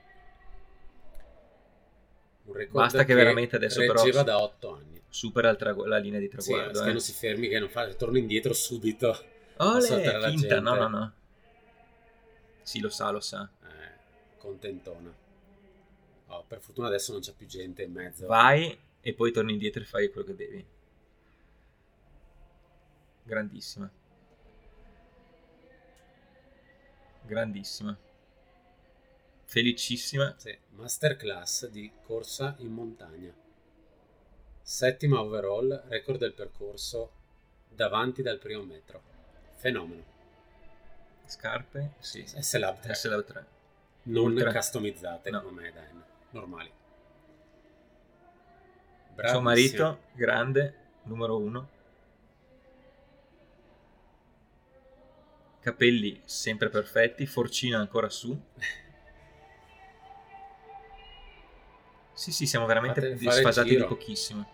Speaker 1: Un record
Speaker 2: Basta che veramente adesso però-
Speaker 1: reggeva da 8 anni.
Speaker 2: supera il tragu- la linea di
Speaker 1: Sì,
Speaker 2: traguardo.
Speaker 1: che
Speaker 2: eh.
Speaker 1: non si fermi, che non fa, torna indietro subito.
Speaker 2: Olè,
Speaker 1: saltare la
Speaker 2: finta, no, no,
Speaker 1: gente.
Speaker 2: no. Sì, lo sa, lo sa.
Speaker 1: Eh, contentona. Oh, per fortuna adesso non c'è più gente in mezzo.
Speaker 2: Vai e poi torni indietro e fai quello che devi. Grandissima. Grandissima. Felicissima.
Speaker 1: Sì, masterclass di corsa in montagna. Settima overall, record del percorso davanti dal primo metro. Fenomeno.
Speaker 2: Scarpe? Sì.
Speaker 1: SLAB 3.
Speaker 2: SLAB 3.
Speaker 1: Non
Speaker 2: Ultra.
Speaker 1: customizzate
Speaker 2: No.
Speaker 1: come Dyna. Normali.
Speaker 2: Suo
Speaker 1: Bravissimo.
Speaker 2: marito, grande, numero uno. Capelli sempre perfetti, forcina ancora su. Sì, sì, siamo veramente
Speaker 1: Fate- fare il
Speaker 2: sfasati di
Speaker 1: giro.
Speaker 2: pochissimo.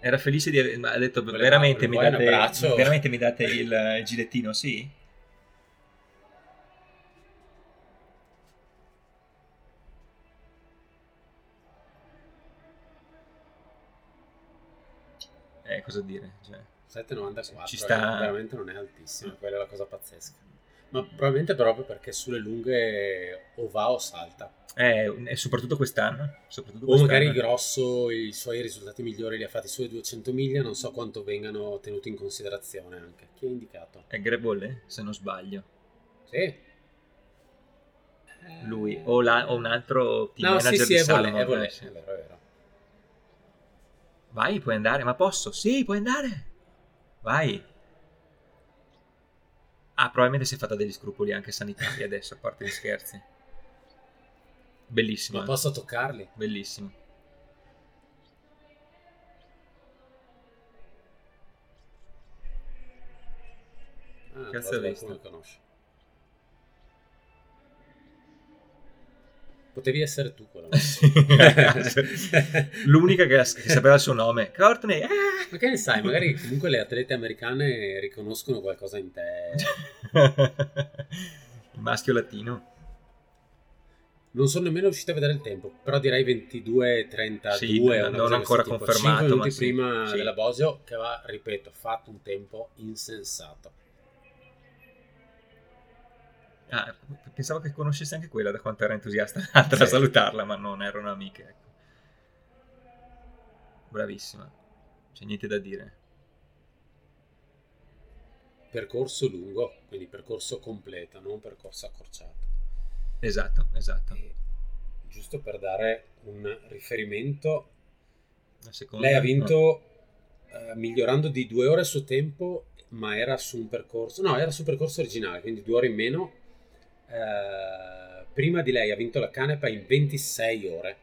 Speaker 2: Era felice di aver... ma Ha detto,
Speaker 1: Voleva-
Speaker 2: veramente, mi
Speaker 1: voleva un
Speaker 2: date,
Speaker 1: abbraccio."
Speaker 2: veramente mi date il gilettino, sì? Eh, cosa dire? Cioè,
Speaker 1: 7,94.
Speaker 2: Ci sta-
Speaker 1: eh, Veramente non è altissimo, quella è la cosa pazzesca. Ma probabilmente proprio perché sulle lunghe o va o salta.
Speaker 2: eh, e soprattutto quest'anno. Soprattutto
Speaker 1: O magari
Speaker 2: quest'anno.
Speaker 1: grosso i suoi risultati migliori li ha fatti sulle 200 miglia, non so quanto vengano tenuti in considerazione anche. Chi ha indicato?
Speaker 2: È Grebolle, se non sbaglio.
Speaker 1: Sì.
Speaker 2: Lui o, la- o un altro team
Speaker 1: Eh. No, sì,
Speaker 2: manager
Speaker 1: sì,
Speaker 2: di
Speaker 1: è volé,
Speaker 2: Salomon,
Speaker 1: è volé,
Speaker 2: eh, sì.
Speaker 1: è vero, è vero.
Speaker 2: Vai, puoi andare, ma posso? Sì, puoi andare. Vai. Ah, probabilmente si è fatta degli scrupoli anche sanitari adesso, a parte gli scherzi. Bellissimo.
Speaker 1: Ma
Speaker 2: eh.
Speaker 1: posso toccarli? Ah,
Speaker 2: Bellissimo.
Speaker 1: Ah,
Speaker 2: Cazzo
Speaker 1: tra l'altro
Speaker 2: hai visto?
Speaker 1: qualcuno lo conosce. Potevi essere tu quella volta.
Speaker 2: L'unica che, che sapeva il suo nome. Courtney. ah!
Speaker 1: Ma che ne sai, magari comunque le atlete americane riconoscono qualcosa in te.
Speaker 2: Il maschio latino.
Speaker 1: Non sono nemmeno riuscito a vedere il tempo, però direi 22-32.
Speaker 2: Sì,
Speaker 1: una
Speaker 2: non-
Speaker 1: cosa
Speaker 2: non
Speaker 1: di questo
Speaker 2: ancora
Speaker 1: tipo.
Speaker 2: confermato,
Speaker 1: Cinque minuti
Speaker 2: ma sì.
Speaker 1: prima
Speaker 2: Sì.
Speaker 1: della Bosio, che aveva, ripeto, fatto un tempo insensato.
Speaker 2: Ah, pensavo che conoscesse anche quella da quanto era entusiasta l'altra a
Speaker 1: Sì.
Speaker 2: salutarla, ma non erano amiche. Ecco. Bravissima, c'è niente da dire.
Speaker 1: Percorso lungo, quindi percorso completo, non percorso accorciato.
Speaker 2: Esatto, esatto.
Speaker 1: E giusto per dare un riferimento,
Speaker 2: La seconda-
Speaker 1: lei ha vinto eh, migliorando di due ore il suo tempo, ma era su un percorso, no, era sul percorso originale, quindi due ore in meno. Eh, prima di lei ha vinto la Canepa in 26 ore,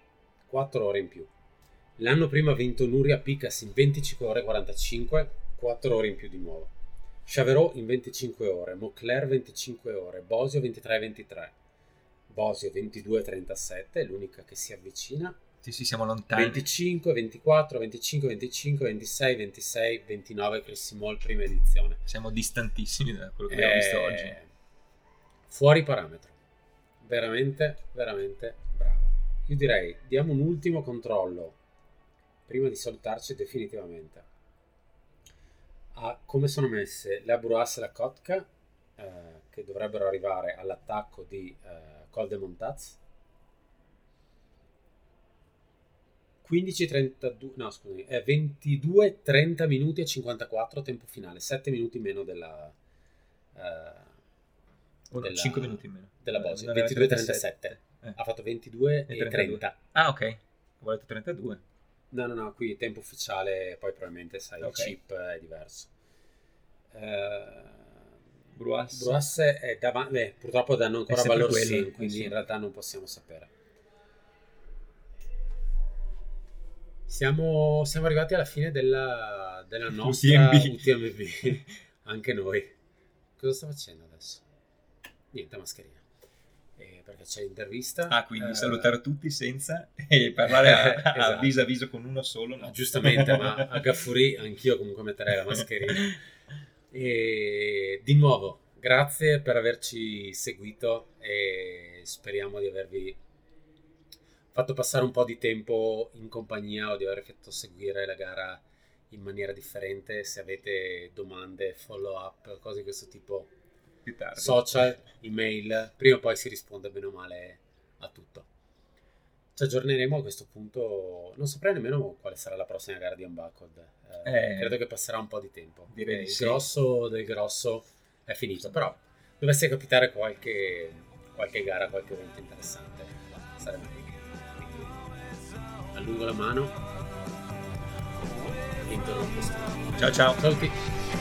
Speaker 1: 4 ore in più. L'anno prima ha vinto Nuria Picas in 25 ore e 45, 4 ore in più di nuovo. Chaverot in 25 ore, Mocler 25 ore, Bosio 23 23. Bosio 22 37, l'unica che si avvicina.
Speaker 2: Sì, sì, siamo lontani.
Speaker 1: 25, 24, 25, 25, 26, 26, 29 Crissimol prima edizione.
Speaker 2: Siamo distantissimi da quello che abbiamo visto
Speaker 1: Eh,
Speaker 2: oggi.
Speaker 1: Fuori parametro. Veramente, veramente brava. Io direi, diamo un ultimo controllo prima di salutarci definitivamente. A come sono messe la Bruas e la Kotka, eh, che dovrebbero arrivare all'attacco di eh, Col de Montaz. 15.32, no scusami, è 22.30 minuti e 54 tempo finale, 7 minuti meno della... eh,
Speaker 2: Ora,
Speaker 1: della-
Speaker 2: 5 minuti in meno.
Speaker 1: della
Speaker 2: Eh,
Speaker 1: Bosi,
Speaker 2: non era
Speaker 1: 22:37.
Speaker 2: Eh.
Speaker 1: Ha fatto 22
Speaker 2: E
Speaker 1: e
Speaker 2: 32.
Speaker 1: 30.
Speaker 2: Ah, ok. Volete 32.
Speaker 1: No, no, no, qui tempo ufficiale, poi probabilmente sai,
Speaker 2: Ok.
Speaker 1: il chip è diverso. Eh,
Speaker 2: Bruas.
Speaker 1: Bruasse è davanti, beh, purtroppo danno ancora
Speaker 2: È sempre
Speaker 1: valor
Speaker 2: quello,
Speaker 1: 6, quindi
Speaker 2: sì.
Speaker 1: in realtà non possiamo sapere. Siamo, siamo arrivati alla fine della, della nostra
Speaker 2: UTMB.
Speaker 1: UTMB. anche noi. Cosa sta facendo adesso? Niente, mascherina. Eh, perché c'è l'intervista.
Speaker 2: Ah, quindi
Speaker 1: Eh,
Speaker 2: salutare tutti senza e parlare a, a
Speaker 1: Esatto. Ah,
Speaker 2: viso a viso con uno solo. No.
Speaker 1: Giustamente, ma a Gaffuri anch'io comunque metterei la mascherina. E di nuovo, grazie per averci seguito e speriamo di avervi fatto passare un po' di tempo in compagnia o di aver fatto seguire la gara in maniera differente. Se avete domande, follow up, cose di questo tipo,
Speaker 2: Più tardi.
Speaker 1: social, email, prima o poi si risponde bene o male a tutto. Ci aggiorneremo a questo punto, non saprei nemmeno quale sarà la prossima gara di Unbuckled. Eh,
Speaker 2: Eh,
Speaker 1: credo che passerà un po' di tempo.
Speaker 2: direi
Speaker 1: Eh,
Speaker 2: di
Speaker 1: il
Speaker 2: sì.
Speaker 1: grosso del grosso è finito, però dovesse capitare qualche, qualche gara, qualche evento interessante, sarebbe bene. Quindi, Allungo la mano e intorno a questo.
Speaker 2: Ciao ciao.
Speaker 1: Saluti!